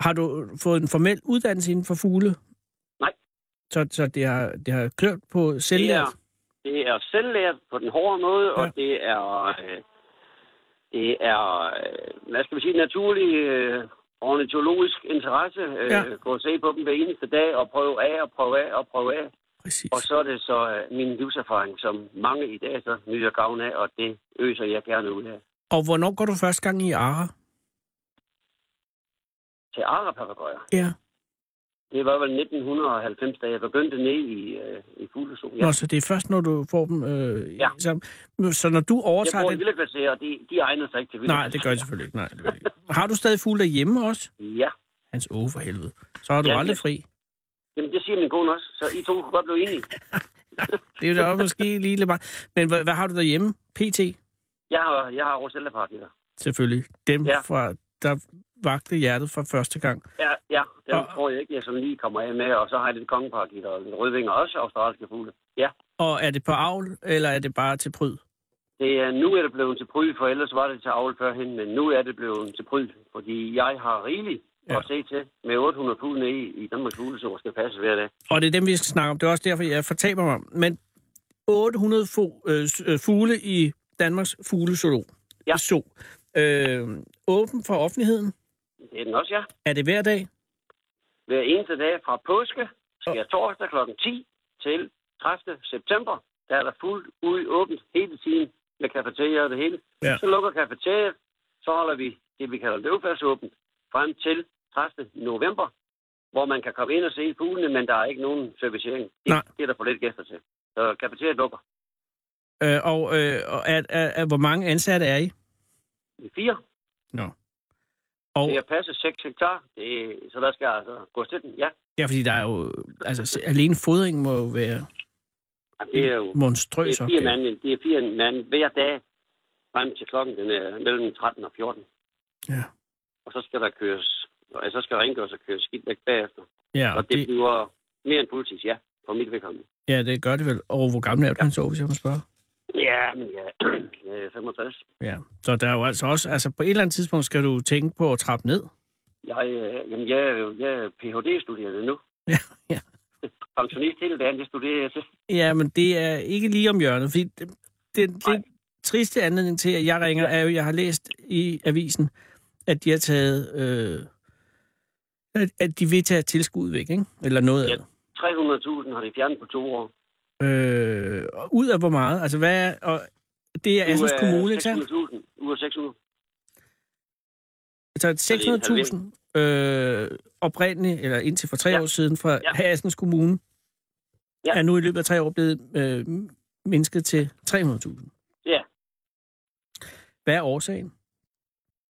Har du fået en formel uddannelse inden for fugle? Nej. Så, så det, har, det har kørt på Det selvlært? er, det er selvlært på den hårde måde, ja. Ja. og det er, øh, det er, øh, hvad skal vi sige, naturlig øh, ornitologisk interesse. Øh, Ja. ja. Gå og se på dem hver eneste dag og prøve af og prøve af og prøve af. Præcis. Og så er det så øh, min livserfaring, som mange i dag så nyder gavn af, og det øser jeg gerne ud af. Og hvornår går du første gang i Ara? Til Arapapagøjer. Ja. Det var vel 1990, da jeg begyndte ned i, øh, i Fuglesund. Nå, Jeg, så det er først, når du får dem øh, Ja. sammen. Så når du jeg overtager bor i den... Villekvarter, og de, de egner sig ikke til Nej, det gør jeg selvfølgelig ikke. Nej, det gør jeg ikke. Har du stadig fugle derhjemme også? Ja, Hans Åh, for helvede. Så har du Ja, aldrig ja. fri. Jamen, det siger min kone også, så I to kunne godt blive enige. Det er jo da også måske lige lidt meget. Men hvad, hvad har du derhjemme? PT? Jeg har, jeg har rosella partier. Selvfølgelig. Dem, ja. Ja. fra, der vagte hjertet for første gang. Ja, ja, det Og- tror jeg ikke, jeg sådan lige kommer af med. Og så har jeg lidt kongeparkitter og lidt rødvinger, også australske fugle. Ja, Og er det på avl, eller er det bare til pryd? det er, nu er det blevet til pryd, for ellers var det til avl førhen, men nu er det blevet til pryd, fordi jeg har rigeligt Ja. ja. at se til med 800 fugle nede i, i Danmarks fuglesår skal passe hver dag. Og det er dem, vi skal snakke om. Det er også derfor, jeg fortaber mig. Men 800 fo, øh, s- øh, fugle i Danmarks fuglesolog. Ja. Zoo. Øh, åben for offentligheden. Det er den også, ja. Er det hver dag? Hver eneste dag fra påske, skal torsdag kl. 10 til 30. september, der er der fuldt ud åbent hele tiden med kafeterier og det hele. Ja. Ja. Så lukker kafeteriet, så holder vi det, vi kalder løvfærdsåbent, frem til 30. november, hvor man kan komme ind og se fuglene, men der er ikke nogen servicering. Det, Nej. det er der for lidt gæster til. Så kafeteriet lukker. Øh, og øh, og er, er, er, hvor mange ansatte er I? I fire. Nå. Oh. Og, Det er passet 6 hektar, det, så der skal altså gå til den. Ja, ja, fordi der er jo... Altså, se- alene fodring må jo være det er jo... monstrøs Det er fire opgave. mand, det er fire mand hver dag frem til klokken den er mellem 13 og 14. Ja. Og så skal der køres, og så skal rengøres og køres skidt væk bagefter. Ja, Og det, det bliver mere end politisk, ja, for mit vedkommende. ja, det gør det vel. Og hvor gammel er du, han så, hvis jeg må spørge? Ja, men ja, jeg er 65. Ja, så der er jo altså også... Altså, på et eller andet tidspunkt skal du tænke på at trappe ned. Jeg, øh, jamen, jeg, er jo- jeg er Ph.D.-studerende nu. Ja, ja. hele dagen, hvis du det... det Ja, men det er ikke lige om hjørnet, fordi det, det, Nej. det triste anledning til, at jeg ringer, er jo, at jeg har læst i avisen, at de har taget... Øh, at, at de vil tage tilskud væk, ikke? Eller noget af det. 300.000 har de fjernet på to år. Øh, og ud af hvor meget? Altså, hvad er... Og det er Assens Kommune, ikke sandt? sandt? Ud af 600. Altså det er en 600.000 øh, oprindeligt, eller indtil for tre Ja. år siden, fra ja. Ja. Assens Kommune, ja. Ja. er nu i løbet af tre år blevet øh, mindsket til 300.000. Ja. Hvad er årsagen?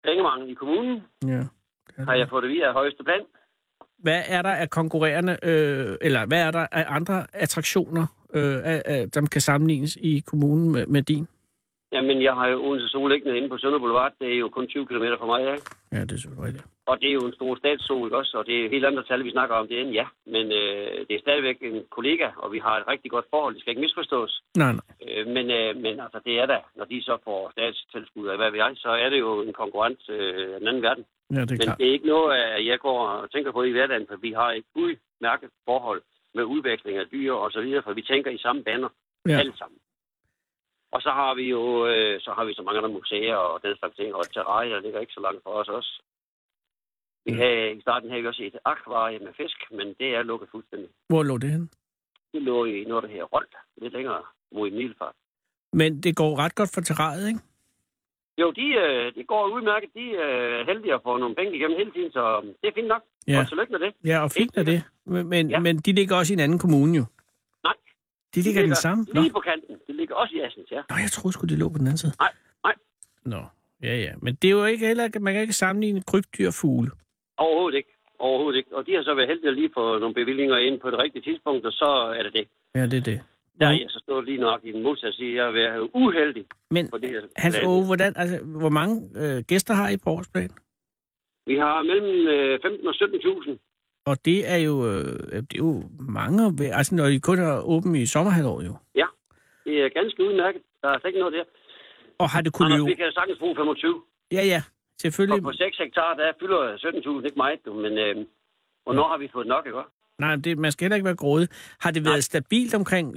Pengemangel i kommunen Ja. har jeg fået det via højeste plan. Hvad er der af konkurrerende, øh, eller hvad er der af andre attraktioner, øh, af, af, som kan sammenlignes i kommunen med, med din? Jamen, jeg har jo Odense Sol liggende inde på Sønder Boulevard. Det er jo kun 20 km fra mig, ja. Ja, det er selvfølgelig rigtigt. Og det er jo en stor statssol ikke også, og det er jo helt andre tal, vi snakker om det end ja. Men øh, det er stadigvæk en kollega, og vi har et rigtig godt forhold. Det skal ikke misforstås. Nej, nej. Øh, men, øh, men altså, det er da, når de så får statstilskud og hvad ved jeg, så er det jo en konkurrent øh, af den anden verden. Ja, det er Men klart. det er ikke noget, øh, jeg går og tænker på i hverdagen, for vi har et udmærket forhold med udveksling af dyr og så videre, for vi tænker i samme baner Ja. ja. alle sammen. Og så har vi jo øh, så har vi så mange andre museer og den slags ting, og et terrarie, der ligger ikke så langt fra os også. Vi Ja. havde, I starten havde vi også et akvarie med fisk, men det er lukket fuldstændig. Hvor lå det hen? Det lå i noget, der hedder Rold, lidt længere mod Middelfart. Men det går ret godt for terrariet, ikke? Jo, de, øh, de går udmærket. De øh, er heldige at få nogle penge igennem hele tiden, så det er fint nok. Ja. Og tillykke med det. Ja, og fint er det. Men, men, ja. Ja. men de ligger også i en anden kommune jo. Nej. De ligger i den samme? Nå. Lige på kanten. Det ligger også i Assens, ja. Nå, jeg troede sgu, det lå på den anden side. Nej, nej. Nå, ja, ja. Men det er jo ikke heller, man kan ikke sammenligne krybdyr og fugle. Overhovedet ikke. Overhovedet ikke. Og de har så været heldige at lige få nogle bevillinger ind på det rigtige tidspunkt, og så er det det. Ja, det er det. Der er Nå. jeg så stået lige nok i den modsat og sige, at jeg har været uheldig Men på det her. Hans plan. Åge, hvordan, altså, hvor mange øh, gæster har I på årsplan? Vi har mellem øh, 15 og 17.000. Og det er jo, øh, det er jo mange, ved- altså når I kun er åben i sommerhalvåret jo. Det er ganske udmærket. Der er slet ikke noget der. Og har det kunnet Anders, vi løbe? kan sagtens bruge 25. Ja, ja, Og på selvfølgelig. 6 hektar, der fylder 17.000 ikke meget, du, men øh, hvornår har vi fået nok, ikke? også? Nej, det, man skal heller ikke være grådig. Har det været Nej. stabilt omkring 17-18.000?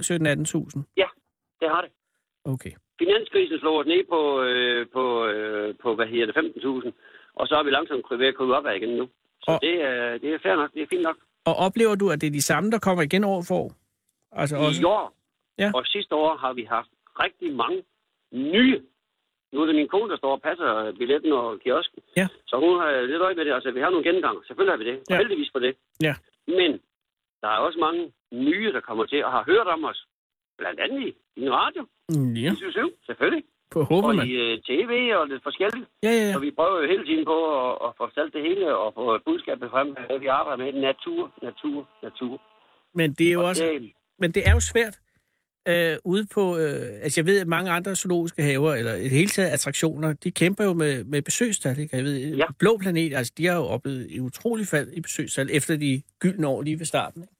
Det har det. Okay. Finanskrisen slog os ned på, øh, på, øh, på hvad hedder det, 15.000, og så er vi langsomt ved at komme op ad igen nu. Så Og- det, er, det er fair nok, det er fint nok. Og oplever du, at det er de samme, der kommer igen år for år? Altså I også, år Ja. ja. og sidste år har vi haft rigtig mange nye. Nu er det min kone, der står og passer billetten og kiosken. Ja. Så hun har lidt øje med det. Altså, vi har nogle gengange. Selvfølgelig har vi det. Og Ja. heldigvis for det. Ja. Men der er også mange nye, der kommer til og har hørt om os. Blandt andet i din radio, ja, 7 selvfølgelig. forhåbentlig. og man. i øh, tv og lidt forskelligt. Ja, ja, ja. Så vi prøver jo hele tiden på at, at få fortalt det hele og få budskabet frem. Vi arbejder med natur, natur, natur. Men det er jo Og også, det, men det er jo svært øh, ude på... Øh, altså, jeg ved, at mange andre zoologiske haver, eller i det hele taget attraktioner, de kæmper jo med, med besøgstal, ikke? Jeg ved, ja. Ja. Blå Planet, altså, de har jo oplevet et utroligt fald i besøgstal, efter de gyldne år lige ved starten. Ikke?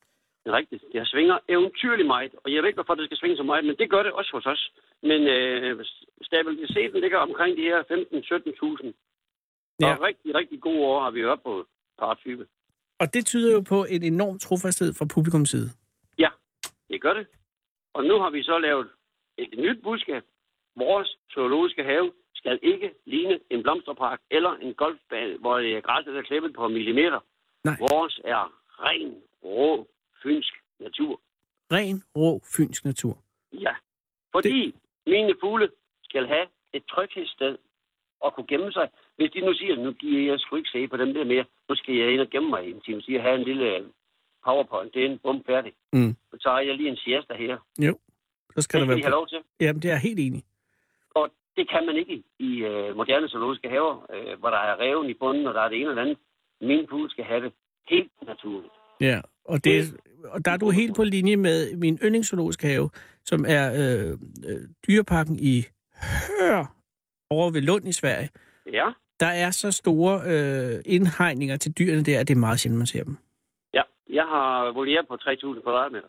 Det er rigtigt. Jeg svinger eventyrligt meget, og jeg ved ikke, hvorfor det skal svinge så meget, men det gør det også hos os. Men øh, stabiliteten ligger omkring de her 15-17.000. Ja. Ja. Og rigtig, rigtig gode år har vi oppe på par 20. Og det tyder jo på en enorm trofasthed fra publikums side. Det gør det. Og nu har vi så lavet et nyt budskab. Vores zoologiske have skal ikke ligne en blomsterpark eller en golfbane, hvor det er græsset er klippet på millimeter. Nej. Vores er ren, rå, fynsk natur. Ren, rå, fynsk natur. Ja, fordi det... mine fugle skal have et tryghedssted at kunne gemme sig. Hvis de nu siger, nu giver jeg sgu ikke se på dem der mere, nu skal jeg ind og gemme mig i en time, så jeg har en lille øh, powerpoint, det er en bum færdig. Mm. Så tager jeg lige en siesta her. Så skal det der skal de have være... lov til. Jamen, det er jeg helt enig. i. Og det kan man ikke i øh, moderne zoologiske haver, øh, hvor der er reven i bunden, og der er det ene eller andet. Min fugle skal have det helt naturligt. Ja, og, det, og der er du helt på linje med min yndlingszoologiske have, som er øh, øh, dyreparken i Hør over ved Lund i Sverige. Ja, Der er så store øh, indhegninger til dyrene der, at det er meget sjældent, man ser dem. ja. Jeg har voliere på 3.000 kvadratmeter,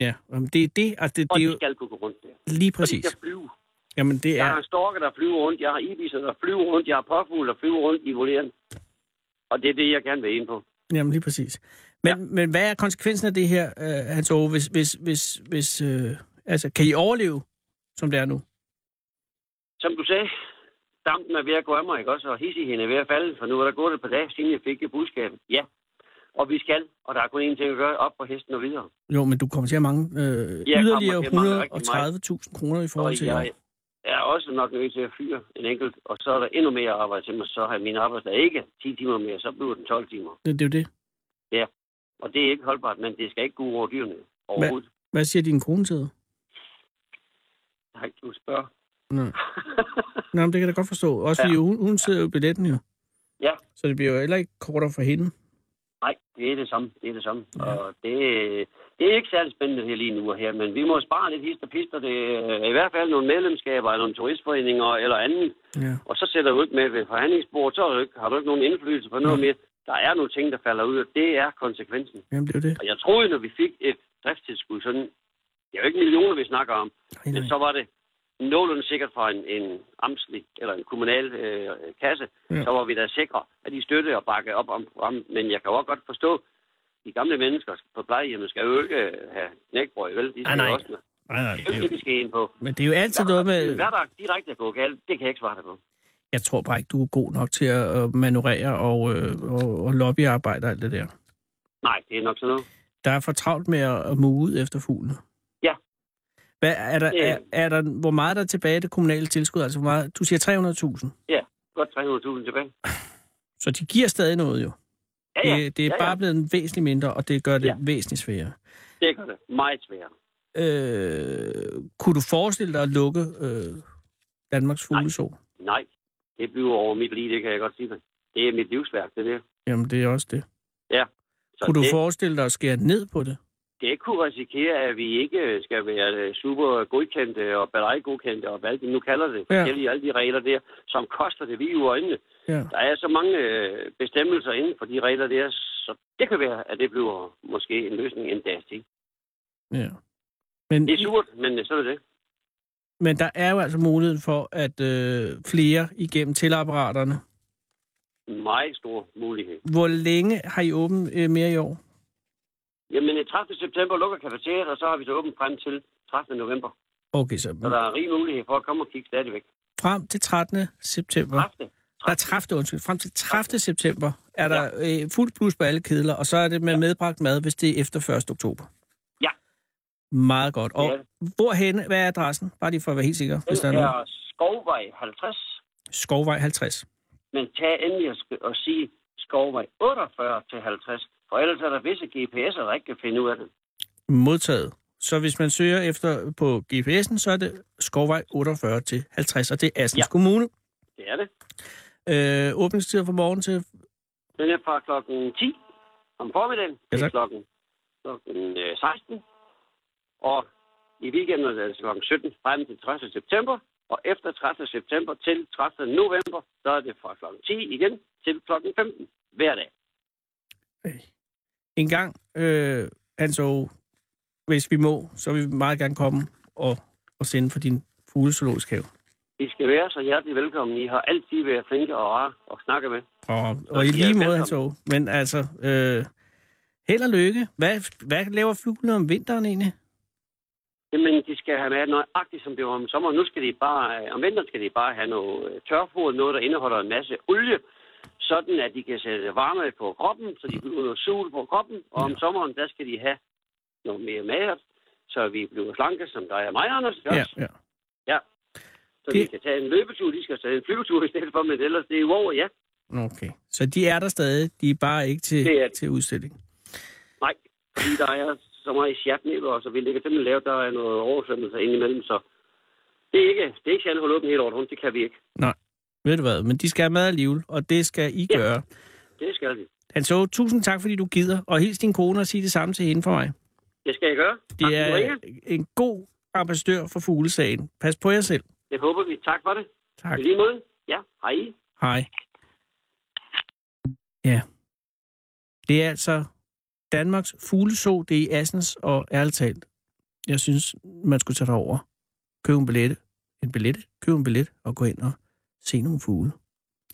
Ja, jamen, det er det, og det, og det er de jo skal kunne gå rundt der. lige Og de præcis. skal flyve. Jamen, det Jeg er... har storker, der flyver rundt. Jeg har ibiser, der flyver rundt. Jeg har påfugle, der flyver rundt i volieren. Og det er det, jeg gerne vil ind på. Jamen, lige præcis. Men, ja. men hvad er konsekvensen af det her, øh, Hans Ove, hvis, hvis, hvis, hvis øh, altså, kan I overleve, som det er nu? Som du sagde, dampen er ved at gå af mig, ikke også? Og hissigheden er ved at falde, for nu er der gået et par dage, siden jeg fik det budskab. Ja, og vi skal, og der er kun én ting at gøre, op på hesten og videre. Jo, men du kommer til at mangle øh, til at yderligere mangle rigtig 130.000 kroner i forhold Og til... jeg er også nok nødt til at fyre en enkelt, og så er der endnu mere arbejde til mig, så har min arbejdsdag ikke 10 timer mere, så bliver den 12 timer. Det, det er jo det. Og det er ikke holdbart, men det skal ikke gå ud over dyrene overhovedet. Hvad siger din kone til det? Nej, du spørger. Nej. Nå, men det kan jeg da godt forstå. Også fordi ja. hun, hun sidder jo i billetten jo. Ja. Så det bliver jo heller ikke kortere for hende. Nej, det er det samme. Det er det samme. Ja. Og det, det er ikke særlig spændende her lige nu og her, men vi må spare lidt hist og pister. Det er i hvert fald nogle medlemskaber, eller nogle turistforeninger, eller andet. Ja. Og så sætter du ikke med ved forhandlingsbordet, så har du ikke, har du ikke nogen indflydelse på noget mere. Der er nogle ting, der falder ud, og det er konsekvensen. Jamen, det er jo det. Og jeg troede, når vi fik et driftstilskud, sådan, det er jo ikke millioner, vi snakker om, Nej, men nej. så var det nogenlunde sikkert fra en, en amtslig eller en kommunal øh, kasse, Ja. ja. så var vi da sikre, at de støttede og bakkede op om programmet. Men jeg kan jo også godt forstå, de gamle mennesker på plejehjemmet skal jo ikke øh, have knækbrød, vel? De skal Ah, nej. jo også have nej, nej det er det, jo... de skal ind på. Men det er jo altid noget med... Hvad der direkte går galt, det kan jeg ikke svare dig på. Jeg tror bare ikke, du er god nok til at øh, manøvrere og, øh, og, og lobbyarbejde og alt det der. Nej, det er nok sådan noget. Der er for travlt med at, at mue ud efter fuglene. Ja. Øh. Hvad, er, der, Ja. er, er der, hvor meget er der tilbage af det kommunale tilskud? Altså, hvor meget, du siger 300.000. Godt 300.000 tilbage. Så de giver stadig noget jo. Ja, ja. Det, det er ja, bare blevet væsentligt mindre, og det gør det Ja. væsentligt sværere. ja. Det gør det meget svært. Øh, kunne du forestille dig at lukke øh, Danmarks fugleså? Nej, det bliver over mit liv, det kan jeg godt sige dig. Det er mit livsværk, det der. Jamen, det er også det. Så kunne du det, forestille dig at skære ned på det? det kunne risikere, at vi ikke øh, skal være øh, super godkendte og godkendte og hvad de nu kalder det. Ja. Forskellige alle de regler der, som koster det vi i øjnene. Ja. Der er så mange øh, bestemmelser inden for de regler der, så det kan være, at det bliver måske en løsning en dag til. ja. Men, Det er surt, men øh, så er det det. men der er jo altså mulighed for, at øh, flere igennem tilapparaterne. En meget stor mulighed. Hvor længe har I åbent øh, mere i år? Jamen, i 30. september lukker kafeteriet, og så har vi så åbent frem til 30. november. Okay, Så så der er rig mulighed for at komme og kigge stadigvæk. frem til 13. september. 30. Der er 30. undskyld. Frem til 30. september er der øh, fuldt plus på alle kedler, og så er det med medbragt mad, hvis det er efter 1. oktober. Ja. Meget godt. Det er Og hvorhen, hvad er adressen? Bare lige for at være helt sikker, hvis der er Den noget. er Skovvej 50, Skovvej 50. men tag endelig og, sk- og sige Skovvej 48 til 50, for ellers er der visse GPS'er, der ikke kan finde ud af det. Modtaget. Så hvis man søger efter på GPS'en, så er det Skovvej 48 til 50, og det er Assens ja. Ja. Kommune. Det er det. Øh, åbningstider fra morgen til... Den er fra klokken 10 om formiddagen Ja, til tak. klokken, klokken øh, 16, og i weekenden er det klokken 17 frem til 30. september, og efter 30. september til 30. november, så er det fra klokken 10 igen til klokken 15 hver dag. En gang, øh, altså, hvis vi må, så vil vi meget gerne komme og, og sende for din fuglezoologisk have. I skal være så hjertelig velkommen. I har altid været flinke og rare at snakke med. Og, og i Ja, lige måde, velkommen. han så. Men altså, øh, held og lykke. Hvad, hvad laver fuglene om vinteren egentlig? Jamen, de skal have mad nøjagtigt, som det var om sommeren. Nu skal de bare, øh, om vinteren skal de bare have noget øh, tørfoder, noget, der indeholder en masse olie, sådan at de kan sætte varme på kroppen, så de bliver noget sol på kroppen. Og om sommeren, der skal de have noget mere mad, så vi bliver slanke, som dig og mig, Anders. ikke også? ja. så det- de kan tage en løbetur, de skal tage en flyvetur i stedet for, men ellers det er jo over, ja. Okay. Så de er der stadig. De er bare ikke til, Det er de. til udstilling. Nej, fordi der er så meget sjatnæbber, og så vi ligger simpelthen lavt, der er noget oversvømmelse indimellem, så det er ikke, det er ikke sjældent at holde åbent hele året rundt, det kan vi ikke. Ved du hvad? Men de skal have mad alligevel, og det skal I Ja. gøre. Det skal vi. Han så, tusind tak, fordi du gider. Og hils din kone og sig det samme til hende for mig. Det skal jeg gøre. De Tak, du er ringer. en god ambassadør for fuglesagen. Pas på jer selv. Det håber vi. Tak for det. Tak. I lige måde. Ja, hej. Hej. Ja. Det er altså Danmarks fugleså, det er i Assens, og ærligt talt, jeg synes, man skulle tage derover, købe en billet, en billet, købe en billet og gå ind og se nogle fugle.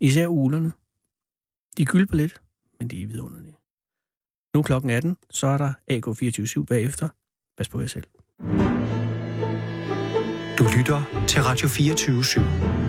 Især ulerne. De gylder på lidt, men de er vidunderlige. Nu er klokken 18, så er der AK247 bagefter. Pas på jer selv. Du lytter til Radio 24 /7.